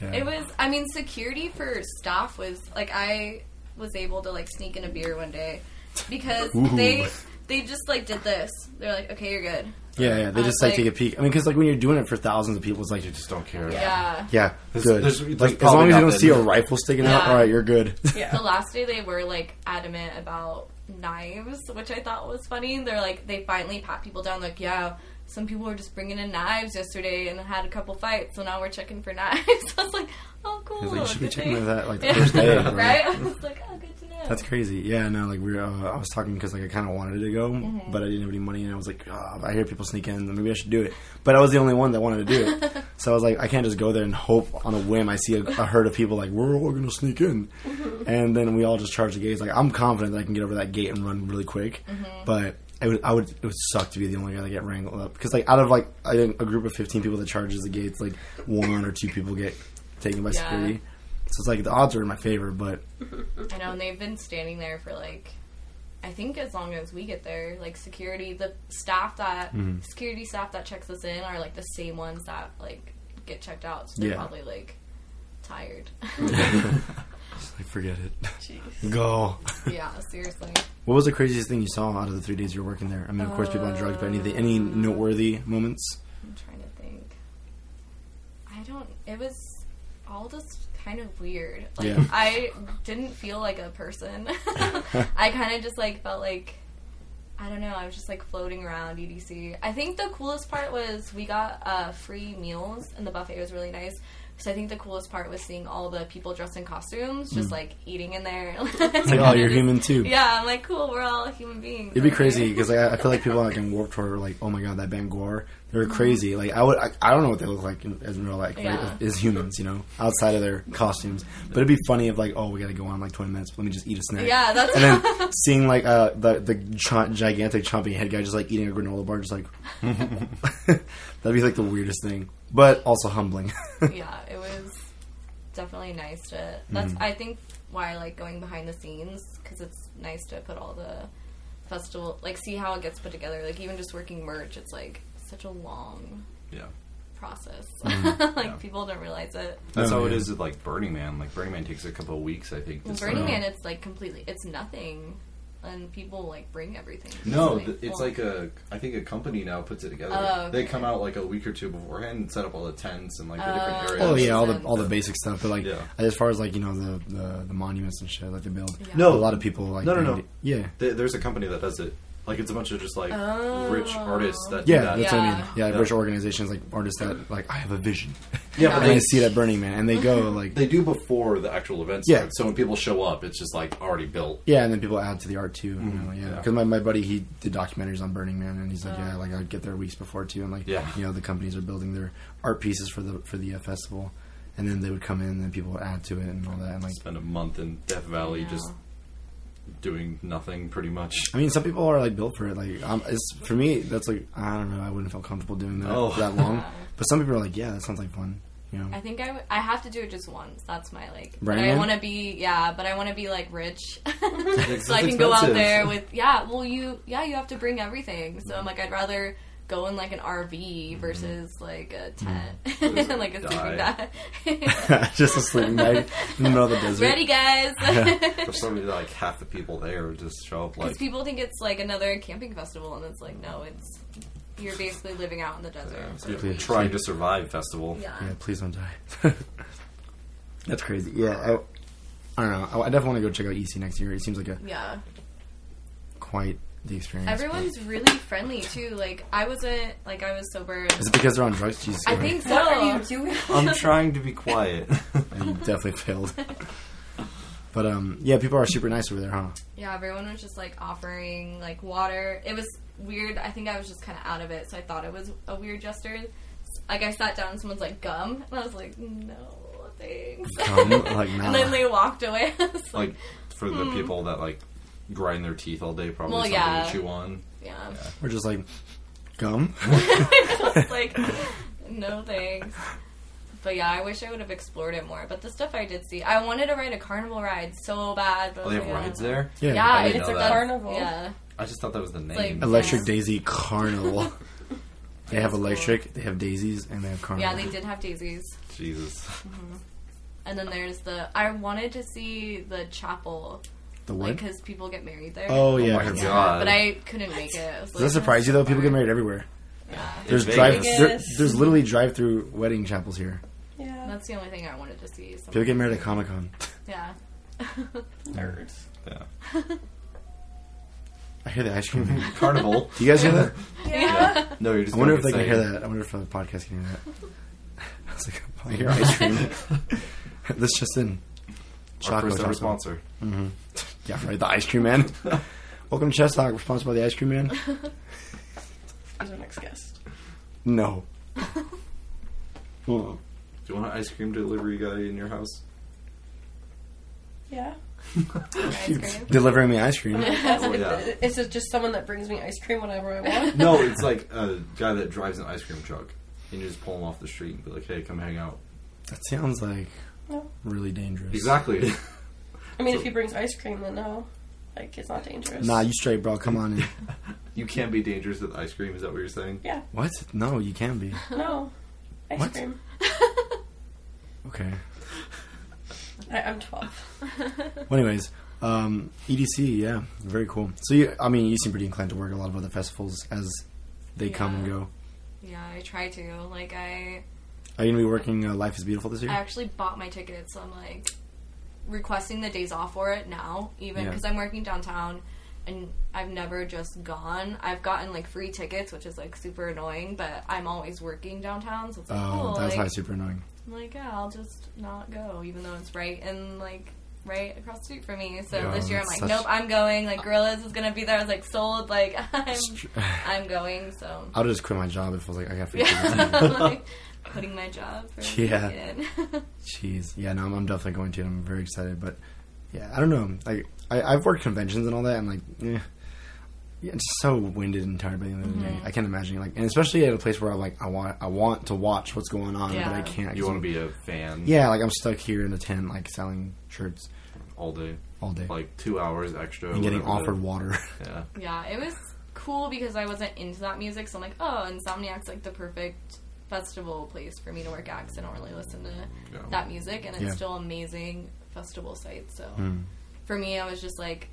Yeah. It was. I mean, security for staff was like I was able to like sneak in a beer one day because Ooh. they they just like did this. They're like, okay, you're good. yeah, yeah. They I just like, was like- take a peek. I mean, because like when you're doing it for thousands of people, it's like, You just don't care. Yeah. yeah, There's- good. there's- there's like as probably long as you don't nothing. see a rifle sticking out, Yeah. all right, you're <laughs> good. The last day they were like adamant about knives, which I thought was funny. They're like they finally pat people down. Like, yeah, some people were just bringing in knives yesterday and had a couple fights, so now we're checking for <laughs> knives. I was like, oh, cool. It's like, you should be good checking thing. that like the Yeah. first day, <laughs> right? I was like, oh, good to know. That's crazy. Yeah, no, like we were, uh, I was talking because like I kind of wanted to go, but I didn't have any money, and I was like, "Ah, I hear people sneak in, then maybe I should do it. But I was the only one that wanted to do it, so I was like, I can't just go there and hope on a whim I see a, a herd of people like we're all gonna sneak in, and then we all just charge the gates. Like I'm confident that I can get over that gate and run really quick, but. It would, I would. It would suck to be the only guy that get wrangled up because, like, out of like I think a group of fifteen people that charges the gates, like one or two people get taken by Yeah. security. So it's like the odds are in my favor, but I know, and they've been standing there for like, I think as long as we get there, like security, the staff that Mm-hmm. security staff that checks us in are like the same ones that like get checked out. So they're Yeah. probably like <laughs> tired. I forget it. Jeez. Go. yeah, seriously. What was the craziest thing you saw out of the three days you were working there? I mean, of course, people on drugs, but any any noteworthy moments? I'm trying to think. I don't. It was all just kind of weird. Like Yeah. <laughs> I didn't feel like a person. <laughs> I kind of just like felt like I don't know. I was just like floating around EDC. I think the coolest part was we got uh, free meals and the buffet was really nice. So I think the coolest part was seeing all the people dressed in costumes, just like eating in there. Hmm. <laughs> Like, oh, you're human too. Yeah, I'm like, cool. We're all human beings. It'd be out crazy <laughs> here. because like, I I feel like people like in Warped Tour were like, oh my god, that band Gore, they're Mm-hmm. crazy. Like I would, I, I don't know what they look like in, as in real life, like, Yeah. as humans, you know, outside of their costumes. But it'd be funny if like, oh, we got to go on like 20 minutes. Let me just eat a snack. Yeah, that's. And <laughs> then seeing like uh, the the ch- gigantic chompy head guy just like eating a granola bar, just like <laughs> that'd be like the weirdest thing, but also <laughs> humbling. yeah, it was definitely nice to. That's Mm-hmm. I think why I like going behind the scenes because it's nice to put all the festival like see how it gets put together. Like even just working merch, it's like such a long Yeah. process. <laughs> like Mm-hmm. Yeah. people don't realize it. That's Oh, how it yeah. is with like Burning Man. Like Burning Man takes a couple of weeks, I think. to Well, start. Burning Man, it's like completely it's nothing. and people like bring everything. No, Just, th- it's well, like a. I think a company now puts it together. Oh, They okay. come out like a week or two beforehand and set up all the tents and like the different Oh. areas. Oh yeah, all the Sense. all the basic stuff, but like Yeah. as far as like you know the, the, the monuments and shit like they build. Yeah. a No. lot of people like No, no, bring no. it- yeah, Th- There's a company that does it. Like it's a bunch of just like Oh. rich artists that do yeah, that. that's what I mean. Yeah, Yeah. rich organizations like artists that like I have a vision, Yeah, but and I they, see it at Burning Man, and they go like they do before the actual event Yeah. starts. So when people show up, it's just like already built. Yeah, and then people add to the art too. You know, yeah, yeah. because my, my buddy he did documentaries on Burning Man, and he's like, yeah, like I get there weeks before too, and like, Yeah. you know, the companies are building their art pieces for the for the uh, festival, and then they would come in, and then people would add to it and all that, and like, Spend a month in Death Valley Yeah. just doing nothing, pretty <laughs> much. I mean, some people are like built for it. Like, um, it's for me, that's like I don't know, I wouldn't feel comfortable doing that Oh. that long, but some people are like, yeah, that sounds like fun, you <laughs> know. <laughs> I think I, w- I have to do it just once. That's my like. Burning But I Man? want to be yeah, but I want to be like rich, <laughs> It's so I can go out expensive. there with yeah. Well, you yeah, you have to bring everything. So I'm like, I'd rather go in like an RV versus like a tent <laughs> <laughs> and like a Mm-hmm. Die. sleeping <laughs> bag. Just a sleeping bag in the middle of the desert. <laughs> Ready, guys? <laughs> For some reason, like half the people there just show up Because like people think it's like another camping festival, and it's like no, it's you're basically living out in the desert. yeah, for a Please. week. trying to survive festival. yeah. Yeah, please don't die. <laughs> That's crazy. Yeah, I, I don't know. I, I definitely want to go check out EC next year. It seems like a yeah. quite the experience. Everyone's really friendly too. Like I wasn't like I was sober. But- Is it because they're on drugs? Jesus I Christ. think so. What are you doing? I'm trying to <laughs> be quiet. <laughs> you definitely <laughs> failed. But um, yeah, people are super nice over there, huh? Yeah, everyone was just like offering like water. It was weird. I think I was just kind of out of it, so I thought it was a weird gesture. Like I sat down and someone's like gum, and I was like, no, thanks. <laughs> Gum? Like, nah. And then they walked away. <laughs> I was like, hmm. like for the people that like grind their teeth all day, probably Well, something yeah. to chew on. yeah. We're just like <laughs> gum. I was like, no thanks. But yeah, I wish I would have explored it more. But the stuff I did see, I wanted to ride a carnival ride so bad. But Oh, they have yeah. rides there. Yeah. Yeah, I didn't it's know a that. carnival. Yeah, I just thought that was the name. like- Electric Yeah. Daisy <laughs> Carnival. they have That's electric, they have daisies, and they have carnival. yeah, they did have daisies. Jesus. <laughs> And then there's the I wanted to see the chapel, The like what? because people get married there. oh yeah. my I heard that. God. Yeah, but I couldn't make it. I was Does like, that surprise you though? People get married everywhere. Yeah, There's Vegas. drive. There, Vegas. there's literally drive-through wedding chapels here. Yeah. that's the only thing I wanted to see. so- People get married at Comic Con. Yeah. Nerds. Yeah. <laughs> I hear the ice cream. man. <laughs> Carnival. Do you guys hear <laughs> that? Yeah. No, you're just. I wonder if gonna they can say- hear that. I wonder if the podcast can hear that. <laughs> I was like, I hear ice <laughs> cream. <laughs> this just in. Our Chocolate first ever sponsor. Mm-hmm. <laughs> Yeah, right. The ice cream <laughs> man. Welcome to Chess Talk. We're sponsored by the ice cream man. Who's our next guest? <laughs> No. Mm. Do you want an ice cream delivery guy in your <laughs> house? <laughs> Yeah. Ice cream. Delivering me ice cream. Oh, yeah. Is it just someone that brings me ice cream whenever I want? No, it's like a guy that drives an ice cream truck. And you just pull him off the street and be like, "Hey, come hang out." That sounds like No. really dangerous. Exactly. <laughs> I mean, if he brings ice cream, then no. Like, it's not dangerous. Nah, you straight, bro. Come on in. you can't be dangerous with ice cream. Is that what you're saying? yeah, What? No, you can be. no. Ice What? cream. Okay. I, I'm 12. Well, anyways, um, EDC, yeah, very cool. So, you, I mean, you seem pretty inclined to work a lot of other festivals as they come and Yeah. go. <laughs> yeah, I try to. Like I, Are you gonna be working uh, Life is Beautiful this year? I actually bought my ticket, so I'm like requesting the days off for it now, even Yeah. because I'm working downtown. And I've never just gone. I've gotten like free tickets, which is like super annoying. But I'm always working downtown, so it's like, oh, cool, that's like, probably super annoying. I'm like, yeah, I'll just not go, even though it's right and like right across the street from me. So Yeah, this year I'm that's like, such- nope, I'm going. Like Gorillas is gonna be there. I was like, sold. Like <laughs> I'm, Str- I'm going. So <laughs> <laughs> I would just quit my job if I was like, I got free yeah, tickets. I'm, <laughs> like quitting my job. For <laughs> Yeah. yeah. Jeez, yeah, no, I'm, I'm definitely going to. I'm very excited, but yeah, I don't know. Like, I, I've worked conventions and all that, and like, eh, yeah, it's just so winded and tired by the end of the Mm-hmm. day. I can't imagine like, and especially at a place where I'm like, I want, I want to watch what's going on, but I Yeah. can't. You want to be a fan? Yeah, like I'm stuck here in a tent, like selling shirts All day, all day like two hours extra. and getting whatever offered water. <laughs> the- Yeah. <laughs> yeah, it was cool because I wasn't into that music. So I'm like, oh, Insomniac's like the perfect festival place for me to work at 'cause I don't really listen to Yeah. that music, and it's Yeah. Hmm. still amazing festival site. So for me, I was just like,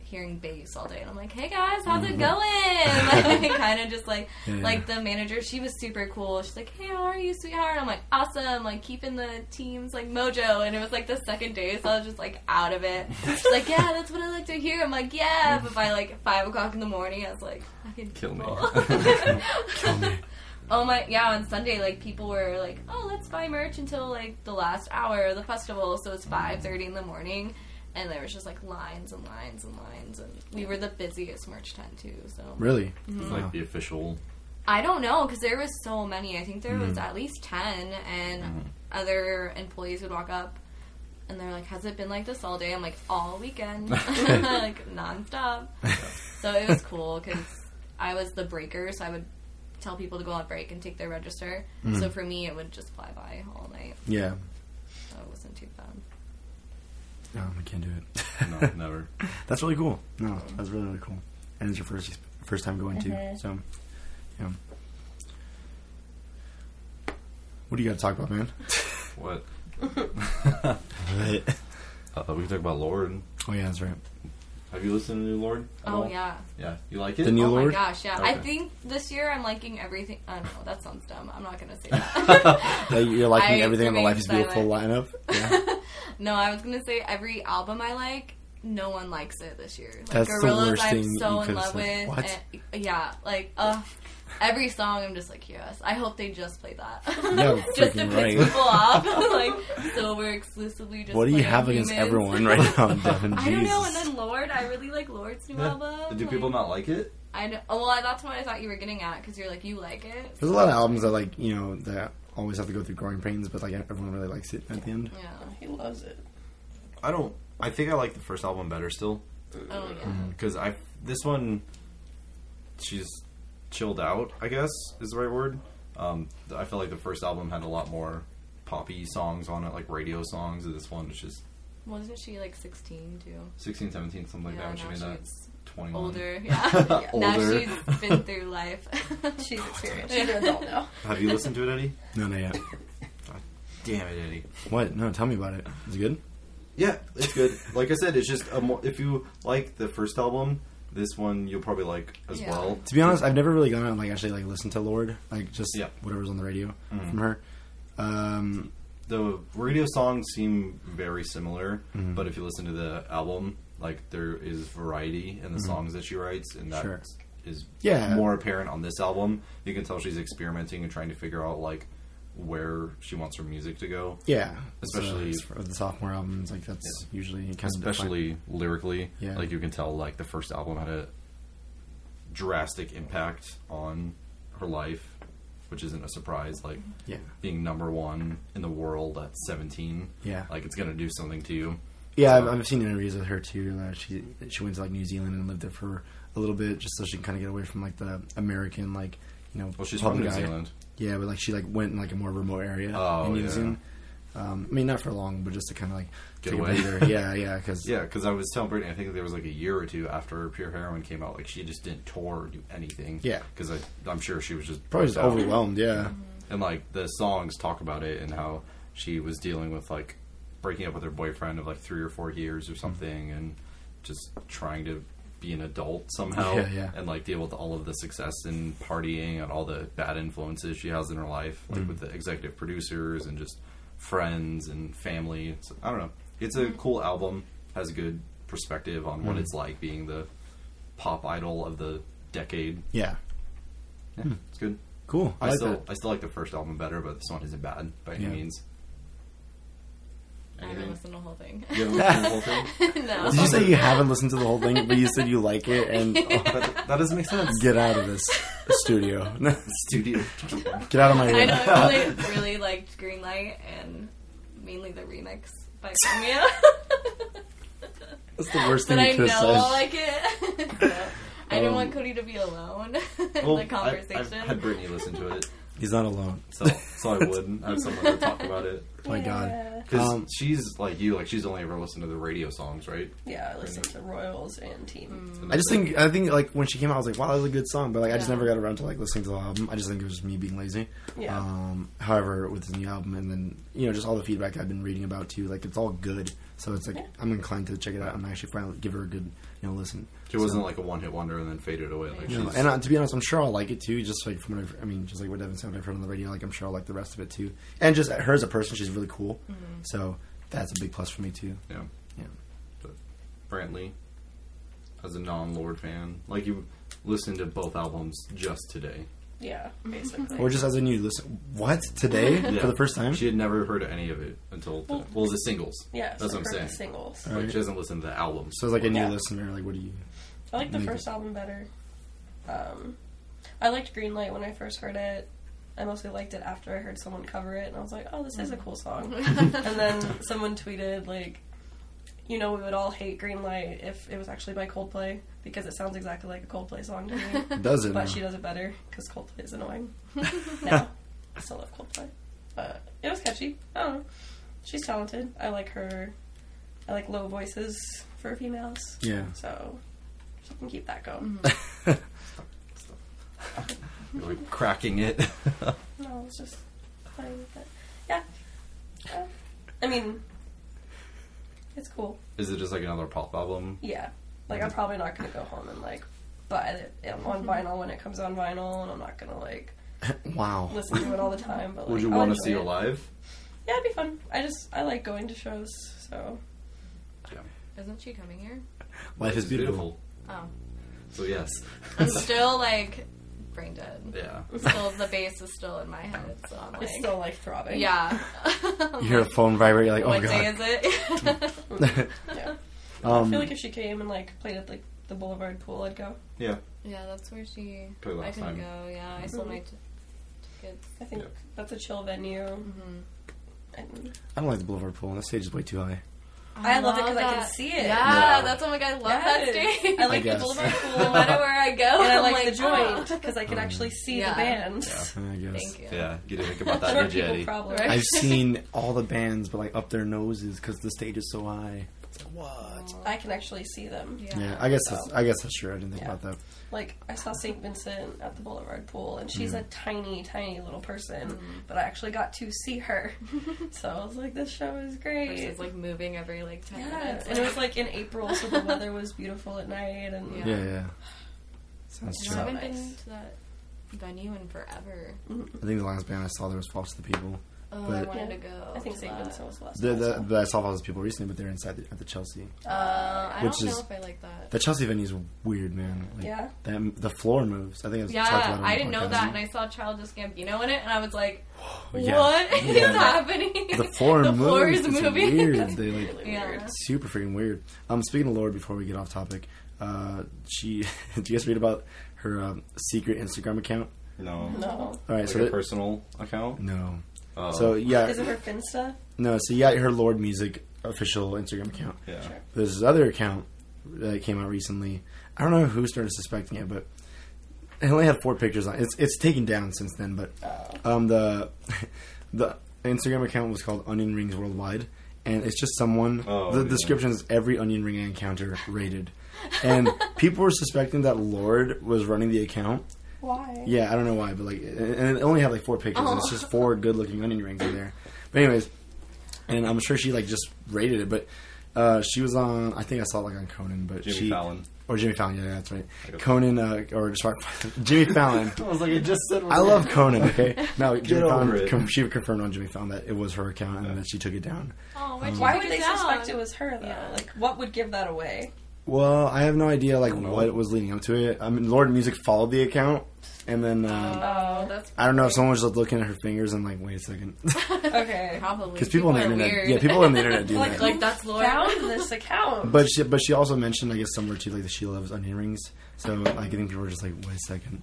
hearing bass all day, and I'm like, "Hey guys, how's it going?" <laughs> like, kind of just like Mm-hmm. <laughs> Yeah, yeah. like the manager. She was super cool. She's like, "Hey, how are you, sweetheart?" I'm like, "Awesome!" Like keeping the team's like mojo. And it was like the second day, so I was just like out of it. She's like, "Yeah, that's what I like to hear." I'm like, "Yeah," but by like five o'clock in the morning, I was like, "Fucking Kill me. cool." <laughs> Kill me. <laughs> Oh my, yeah, on Sunday, like, people were like, oh, let's buy merch until, like, the last hour of the festival, so it's 5.30 in the morning, and there was just, like, lines and lines and lines, and we were the busiest merch tent, too, so. Really? Mm-hmm. It's like the official. I don't know, because there was so many, I think there was at least 10, and other employees would walk up, and they're like, has it been like this all day? I'm like, all weekend, <laughs> like, nonstop. So it was cool because I was the breaker, so I would tell people to go on break and take their register. So for me, it would just fly by all night. yeah. So it wasn't too fun. No, I can't do it. <laughs> No, <laughs> never. That's really cool. No, that's really really cool. And it's your first first time going Mm-hmm. too. So, yeah. What do you got to talk about, man? What? <laughs> oh Uh, we can talk about Lord. yeah, that's right. Have you listened to New Lord? at Oh all? yeah! Yeah. You like it? The new- oh Lord? my gosh! Yeah, I Okay. think this year I'm liking everything. Oh no, that sounds dumb. I'm <laughs> not gonna say that. That You're liking I everything on the remain Life is Beautiful <laughs> lineup. Yeah. no, I was gonna say every album I like. No one likes it this year. Like That's the Gorillaz, worst I'm thing you so in could've love said. with. What? and- yeah, like uh, every song, I'm just like, yes. I hope they just play that. <laughs> No, just to freaking piss right. <laughs> people off. <laughs> like so we're exclusively just. what do you playing have against humans. <laughs> everyone right now, Devin? I don't know. And Jesus. then Lord, I really like Lord's new Do album. like, people not like it? I know, oh, well, that's what I thought you were getting at because you're like you like it. There's a lot of albums that like you know that always have to go through growing pains, but like everyone really likes it at the end. Yeah. He loves it. I don't. I think I like the first album better still. Oh yeah. because I this one she's chilled out. I guess is the right word. Um, th- I felt like the first album had a lot more poppy songs on it, like radio songs. And this one is just Wasn't she like 16 too? 16, 17, something like yeah. that. When she made now that she's 21. older. <laughs> Yeah. now Older. she's been through life. <laughs> <laughs> She's experienced. She's an adult now. Have you listened to it, Eddie? No, no, yeah. Damn it, Eddie. What? No, tell me about it. Is it good? Yeah, it's good. like I said, it's just a more, if you like the first album, this one you'll probably like as Yeah. well. To be honest, I've never really gone out and like actually like listened to Lord, like just Yeah. whatever's on the radio from her. Um, the radio songs seem very similar, Mm-hmm. but if you listen to the album, like there is variety in the songs that she writes, and that is Mm-hmm. Sure. Yeah. more apparent on this album. You can tell she's experimenting and trying to figure out like where she wants her music to go, yeah, Especially- So, for the sophomore albums, like that's usually kind of especially lyrically. Yeah. Like you can tell, like the first album had a drastic impact on her life, which isn't a surprise. Like defined. being number one in the world at 17, Yeah. like it's gonna do something to you. yeah, yeah. I've, I've seen interviews with her too. Like she she went to like New Zealand and lived there for a little bit, just so she can kind of get away from like the American like you know. Well, she's pub from New guy. Zealand. Yeah, but like she like went in like a more remote area Oh, in New yeah. Zealand. Um, I mean, not for long, but just to kind of like Get take a away. breather. Yeah, yeah, because Yeah, because I was telling Brittany, I think there was like a year or two after Pure Heroin came out, like she just didn't tour or do anything. Yeah. because I'm sure she was just probably just burnt out. overwhelmed. Yeah, And like the songs talk about it and how she was dealing with like breaking up with her boyfriend of like three or four years or something, and just trying to be an adult somehow. Yeah, yeah. And like deal with all of the success and partying and all the bad influences she has in her life, Mm. like with the executive producers and just friends and family. It's, I don't know. It's a cool album. Has good perspective on Mm. what it's like being the pop idol of the decade. yeah, Yeah, Hmm. it's good. cool. I, I, like still that. I still like the first album better, but this one isn't bad by any Yeah. means. I haven't Anything? listened to the whole thing. You haven't listened to the whole thing? <laughs> no. Did you say you haven't listened to the whole thing, but you said you like it <laughs> and That, that doesn't make sense. get out of this studio. <laughs> Studio. <laughs> get out of my I room. know. I really, <laughs> really liked Greenlight and mainly the remix <laughs> by Cameo. <laughs> That's the worst but thing I you could know have I'll said. like it. <laughs> So, I didn't Um, want Cody to be alone <laughs> in Well, I, the I've conversation. had Brittany listen to it, He's not alone. so so I would I have someone to talk about it Oh my god. because Um, she's like you, like she's only ever listened to the radio songs, right? Yeah, I listen to Royals and Mm. Team. I just think I think like when she came out, I was like, "Wow, that was a good song," but like I just Yeah. never got around to like listening to the album. I just think it was just me being lazy. Yeah. Um, however, with this new album and then you know just all the feedback I've been reading about too, like it's all good. So it's like I'm inclined to check it out. I'm actually finally give her a good you know listen. It wasn't like a one hit wonder and then faded away. Like You know, she's- and uh, to be honest, I'm sure I'll like it too. Just like from what I've, I mean, just like what Devin said, what I've heard on the radio, like I'm sure I'll like the rest of it too. And just her as a person, she's really cool. Mm-hmm. So that's a big plus for me too. yeah. Yeah. But Brantley, as a non Lord fan, like you listened to both albums just today. Yeah, basically. Or just as a new listen, what <laughs> today for the first time? She had never heard of any of it until the, well, the singles. yeah, that's so what I'm for the saying. Uh, Singles. All Like right. she hasn't listened to the album. So it's like a new Yeah. listener. Like, what do you? I like the mm-hmm. Maybe. first album better. Um, I liked Greenlight when I first heard it. I mostly liked it after I heard someone cover it, and I was like, "Oh, this is a cool song." <laughs> <laughs> and then someone tweeted like, "You know, we would all hate Greenlight if it was actually by Coldplay because it sounds exactly like a Coldplay song to <laughs> me, Does it? uh, but now? she does it better because Coldplay is annoying." <laughs> no, I still love Coldplay, but it was catchy. I don't know. She's talented. I like her. I like low voices for females. Yeah. So she can keep that going. Like cracking it. <laughs> No, it's just playing with it. Yeah. Yeah. I mean, it's cool. Is it just like another pop album? Yeah. Like, I'm probably not going to go home and, like, buy it on vinyl when it comes on vinyl, and I'm not going to, like, <laughs> wow. listen to it all the time. But, like, oh, Would you I'll want to enjoy see her it. live? Yeah, it'd be fun. I just, I like going to shows, so. Isn't she coming here? Life is It's beautiful. Oh. So yes. I'm still like brain dead. yeah. Still, the bass is still in my head, so I'm like, It's still, like, throbbing. yeah. You hear a phone vibrate. You're like, oh what day god. is <laughs> it? <laughs> <laughs> Yeah. I um, feel like if she came and, like, played at, like, the Boulevard Pool, I'd go. Yeah. yeah, that's where she. Probably I last couldn't time. go. Yeah, I sold my t- tickets. I think Yeah. that's a chill venue. Mm-hmm. And I don't like the Boulevard Pool. That stage is way too high. I love it 'cause I can that. see it. Yeah, Yeah. that's oh my god, I love Yes. that <laughs> stage. I like the guess. Boulevard Pool. <laughs> no matter where I go, and I I'm like, the oh. joint because I can actually see Yeah. the band. <laughs> Mm-hmm. Yeah. I, mean, I guess. Thank you. Yeah. You didn't think about that, Short did you, people Eddie? problem. Right. I've seen all the bands, but like up their noses because the stage is so high. It's like what? I can actually see them. Yeah. Yeah, <laughs> I guess that's, I guess that's true. I didn't think Yeah. about that. Like I saw Saint Vincent at the Boulevard Pool, and Mm-hmm. she's a tiny, tiny little person, Mm-hmm. but I actually got to see her. <laughs> so I was like, this show is great. Versus like moving every like ten yeah, minutes. and it was like in April, so the weather was beautiful at night, and Yeah. Yeah, yeah. Sounds I true. So haven't nice. been to that venue in forever. Mhm. I think the last band I saw there was False to the People. Oh, I But- wanted to Yeah. go. I think to Saint that. Vincent was the last. The, one I saw. the, the, I saw False to the People recently, but they're inside the, at the Chelsea. Uh, I Which don't is- know if I like that. The Chelsea venue's weird, man. Like, Yeah. That, the floor moves. I think I was talked yeah, about it on I the didn't know podcast. Oh, that, and I saw Childish Gambino in it, and I was like, "What is Yeah. <laughs> Yeah. <laughs> happening? The floor the moves. floor is It's moving." <laughs> Weird. They like Really yeah. weird. super freaking weird. Um, speaking of Lord, before we get off topic, uh, she. <laughs> do you guys read about her um, secret Instagram account? No. No, All right, Like so a that- personal account. no. Oh, So yeah, is it her Finsta? no. So yeah, her Lord Music official Instagram account. yeah. Sure. There's this other account that came out recently. I don't know who started suspecting it, but it only had four pictures on. it. It's it's taken down since then, but Oh. um, the <laughs> the Instagram account was called Onion Rings Worldwide, and it's just someone. Oh, the yeah. description is every onion ring I encounter rated, <laughs> and people were suspecting that Lord was running the account. Why? Yeah, I don't know why, but like, and it only had like four pictures. And it's just four good-looking onion rings in there. But anyways, and I'm sure she like just rated it, but uh, she was on. I think I saw it like on Conan, but Jimmy she, <laughs> Fallon. or Jimmy Fallon. Yeah, that's right. Like a- Conan uh, or sorry, <laughs> Jimmy Fallon. I was like, I just said. I love Conan. Okay, no, Jimmy over Fallon. it. Com- she confirmed on Jimmy Fallon that it was her account and Yeah. that she took it down. Oh, why'd you Um, Why take would it they down? suspect it was her though? Yeah. Like, what would give that away? Well, I have no idea like know. what was leading up to it. I mean, Lord Music followed the account, and then. Um, Oh, <laughs> that's <laughs> I don't know if someone was just looking at her fingers and like, wait a second. <laughs> Okay. probably Because people, on the are internet, weird. yeah, people on <laughs> <laughs> the internet do Like, that. like that's Laura. Found <laughs> this account. but she, but she also mentioned, I guess, somewhere too, like that she loves onion rings. So like, I think people were just like, wait a <laughs> second.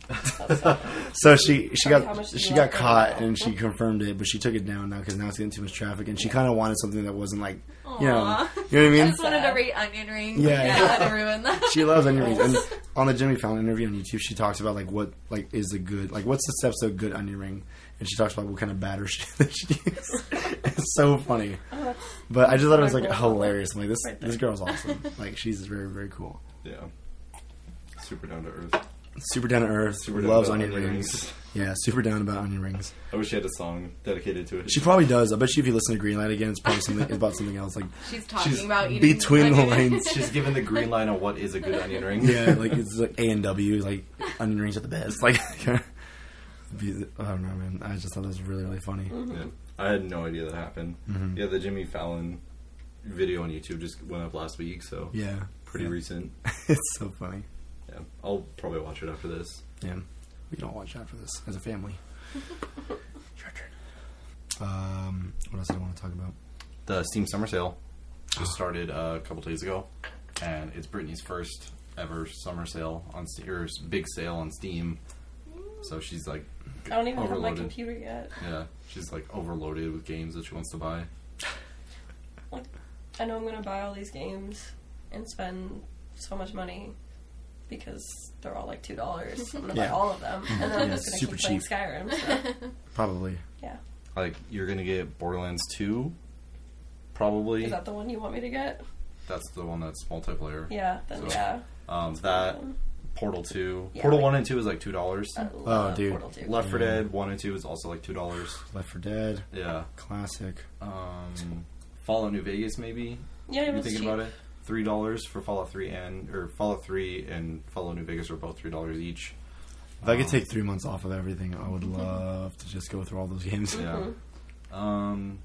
so she she Tell me how got much do you she love got caught her. and she confirmed it, but she took it down now because now it's getting too much traffic, and she kind of wanted something that wasn't like, you know, Aw. <laughs> you know what I I mean? just wanted to rate onion rings. Yeah, yeah. I to ruin that. <laughs> She loves onion rings, and on the Jimmy Fallon interview on YouTube, she talks about like what like is the good like what's the steps of a good onion ring, and she talks about what kind of batter <laughs> she, that she uses. it's so funny. But I just thought it was like hilarious. I'm like this Right there. <laughs> this girl's awesome. Like she's very very cool. Yeah. Super down to earth. Super down to earth. Super down loves about onion onion rings. rings. <laughs> Yeah, super down about onion rings. I wish she had a song dedicated to it. She probably does. I bet you if you listen to Greenlight again, it's probably something it's about something else. Like <laughs> She's talking She's about eating between the onions. <laughs> lanes. She's given the green line on what is a good onion ring. yeah, like it's like A and W. Like onion rings are the best. <laughs> Like be- I don't know, man. I just thought that was really really funny. Yeah. Mm-hmm. I had no idea that happened. Yeah, the Jimmy Fallon video on YouTube just went up last week, so Yeah, pretty Yeah. recent. <laughs> it's so funny. Yeah, I'll probably watch it after this. Yeah, we can all watch out for this as a <laughs> family. Your turn. Um, what else did I want to talk about? The Steam Summer Sale just started uh, a couple days ago, and it's Britney's first ever summer sale on Ste or s- big sale on Steam. So she's like, I don't even have Overloaded. my computer yet. yeah, she's like overloaded with games that she wants to buy. I know I'm gonna buy all these games and spend so much money because they're all like two dollars. I'm gonna buy Yeah. Mm-hmm. all of them, and then I'm Yeah, just gonna super keep playing Skyrim. So. Probably. Like you're gonna get Borderlands Two, <laughs> probably. Is that the one you want me to get? that's the one that's multiplayer. Yeah, then So- yeah. Um, that Oh, Portal Two, Yeah, Portal like- Oh. One and Two is like two dollars. I love Oh, dude. Portal 2. Left 4 Yeah. Dead One and Two is also like two dollars. Left for Dead, Yeah. classic. Um, Fallout New Vegas maybe. Yeah, it you was thinking cheap. about it? Three dollars for Fallout Three and or Fallout Three and Fallout New Vegas are both three dollars each. If I could Um, take three months off of everything, I would love to just go through all those games. <laughs> Yeah. Mm-hmm. Um,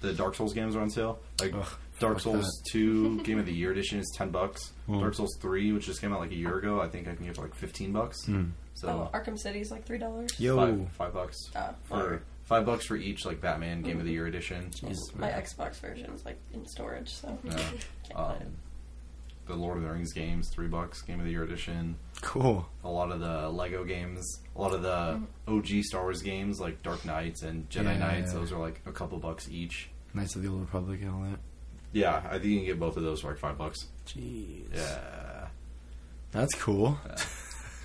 the Dark Souls games are on sale. Like Ugh, Dark fuck Souls <laughs> that. Two Game of the Year edition is ten bucks. Mm. Dark Souls Three, which just came out like a year ago, I think I can get for like fifteen bucks. Mm. Oh, So Arkham City's like three dollars. Yo, five, five bucks Uh, for five bucks for each like Batman Game of the Year edition. Jeez. my Xbox version is like in storage, so <laughs> Yeah. can't play it. Um, the Lord of the Rings games, three bucks Game of the Year edition. cool. a lot of the Lego games, a lot of the OG Star Wars games like Dark Knights and Jedi Yeah. Knights. Those are like a couple bucks each. Knights of the Old Republic and all that. Yeah, I think you can get both of those for like five bucks. Jeez. Yeah, That's cool.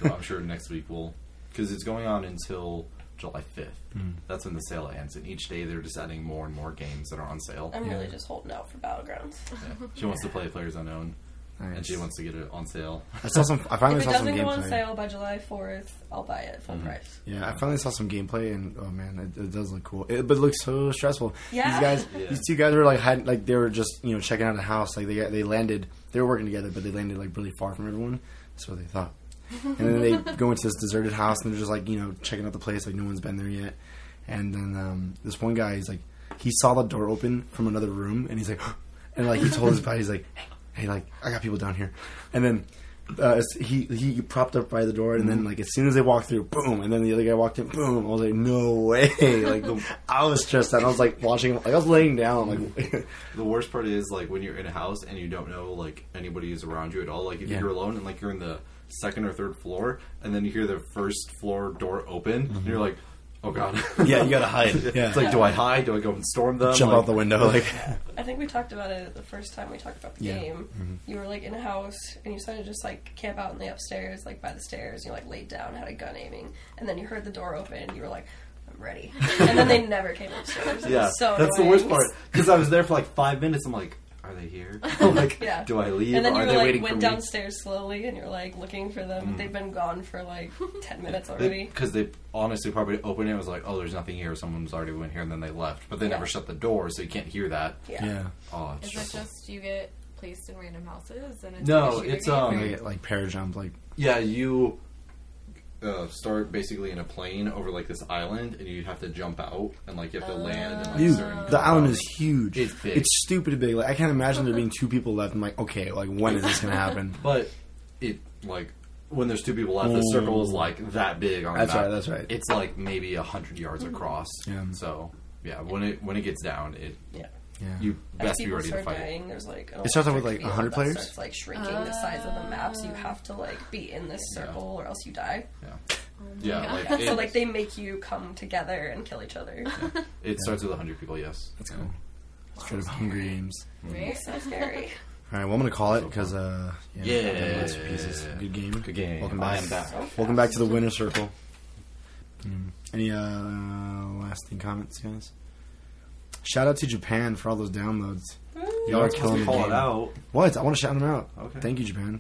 so I'm sure next week we'll because it's going on until July 5th. Mm. That's when the sale ends, and each day they're just adding more and more games that are on sale. I'm really Yeah. just holding out for Battlegrounds. Yeah. <laughs> She wants to play Players Unknown, Nice. and she wants to get it on sale. I saw some. I If finally it saw some doesn't gameplay. go on sale by July 4th, I'll buy it Mm-hmm. full price. Yeah, I finally saw some gameplay, and oh man, it, it does look cool. It, but it looks so stressful. Yeah. These guys, Yeah. these two guys were like, had, like they were just you know checking out a house. Like they got- they landed, they were working together, but they landed like really far from everyone. That's what they thought. And then they go into this deserted house, and they're just like you know checking out the place, like no one's been there yet. And then um, this one guy, he's like, he saw the door open from another room, and he's like, <gasps> and like he told his buddy, he's like, hey, hey, like I got people down here, and then uh, it's- he he propped up by the door, and then like as soon as they walked through, boom, and then the other guy walked in, boom. I was like, no way! <laughs> Like the, I was stressed out. I was like watching, like I was laying down, like <laughs> The worst part is like when you're in a house and you don't know like anybody is around you at all. Like if Yeah. you're alone and like you're in the second or third floor, and then you hear the first floor door open, and you're like, "Oh god!" Mm-hmm. <laughs> yeah, you gotta <laughs> hide. Yeah, It's like, do I hide? Do I go and storm them? jump Like, out the window, <laughs> like I think we talked about it the first time we talked about the Yeah. game. Mm-hmm. You were like in a house and you started to just like camp out in the upstairs, like by the stairs. You like laid down, had a gun aiming, and then you heard the door open. and You were like, "I'm <laughs> ready," and then they never came upstairs. It Yeah, was so that's the annoying. worst part because I was there for like five minutes. I'm like, "Are they <laughs> here? <laughs> like, Yeah. do I leave? And then Are you they were, like waiting went for me?" downstairs slowly, and you're like looking for them. They've been gone for <laughs> like ten minutes already. Because they, honestly probably opened it and was like, "Oh, there's nothing here. Someone's already went here," and then they left. But they Yeah. never shut the door, so you can't hear that. Yeah. yeah, Oh, it's Is it just, just you get placed in random houses and it's No, like a shooter it's, game, um, or- like, like para jump, like Yeah, you uh, start basically in a plane over like this island, and you have to jump out, and like you have to land. And, like, Dude, certain- the island is huge. It's big. stupid big. Like I can't imagine there being two people left. I'm like, okay, like when is this gonna <laughs> happen? but it like when there's two people left, the Oh. circle is like that big on. the That's map. right, that's right. It's like maybe a hundred yards Hmm. across. Yeah. So yeah, when it when it gets down, it Yeah. Yeah, you As best be people ready to start fight. dying, there's like an It starts out with, electric like, field 100 that players? starts, like shrinking the size of the map, so you have to like be in this circle or else you die. Yeah. Yeah, God. like, it, Um, <laughs> So like they make you come together and kill each <laughs> other. it starts with 100 people, yes. that's cool. Straight up <laughs> Hunger Games. Right? so <laughs> scary. All right, well, I'm gonna call it because uh, Yeah. I've done lots of pieces. Good game. Good game. Welcome I back. am back. Welcome back to the winner circle. Mm. Any uh, lasting comments, guys? Shout out to Japan for all those downloads. Y'all are Supposed killing to the call game. it out. What? I want to shout them out. Okay. Thank you, Japan.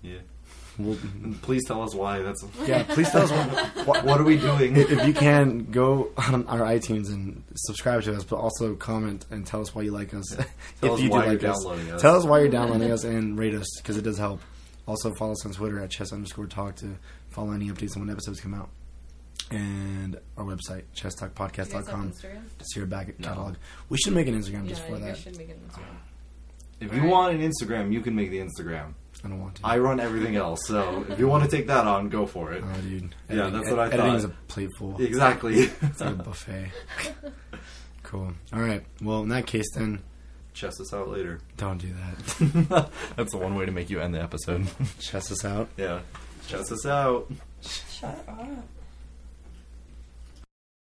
Yeah. We'll, And please tell us why. <laughs> That's yeah, please tell us what, what, what are we doing? if you can go on our iTunes and subscribe to us, but also comment and tell us why you like us. <laughs> Tell us you why you're downloading us. tell us why you're downloading us and rate us because it does help. Also follow us on Twitter at chess underscore talk to follow any updates on when episodes come out, and our website You guys have chesstalkpodcast.com Instagram? to see our back No. catalog. We should make an Instagram just Yeah, for you guys that. should make an Instagram. If you want an Instagram, you can make the Instagram. I don't want to. I run everything else, so if you want to take that on, go for it. oh, dude. Yeah, that's what I editing thought. is a plateful. <laughs> Exactly. It's like a <laughs> buffet. cool. All right. Well, in that case, then Chest us out later. don't do that. <laughs> That's the one way to make you end the episode. Chess us out. yeah. Chest us out. Shut up.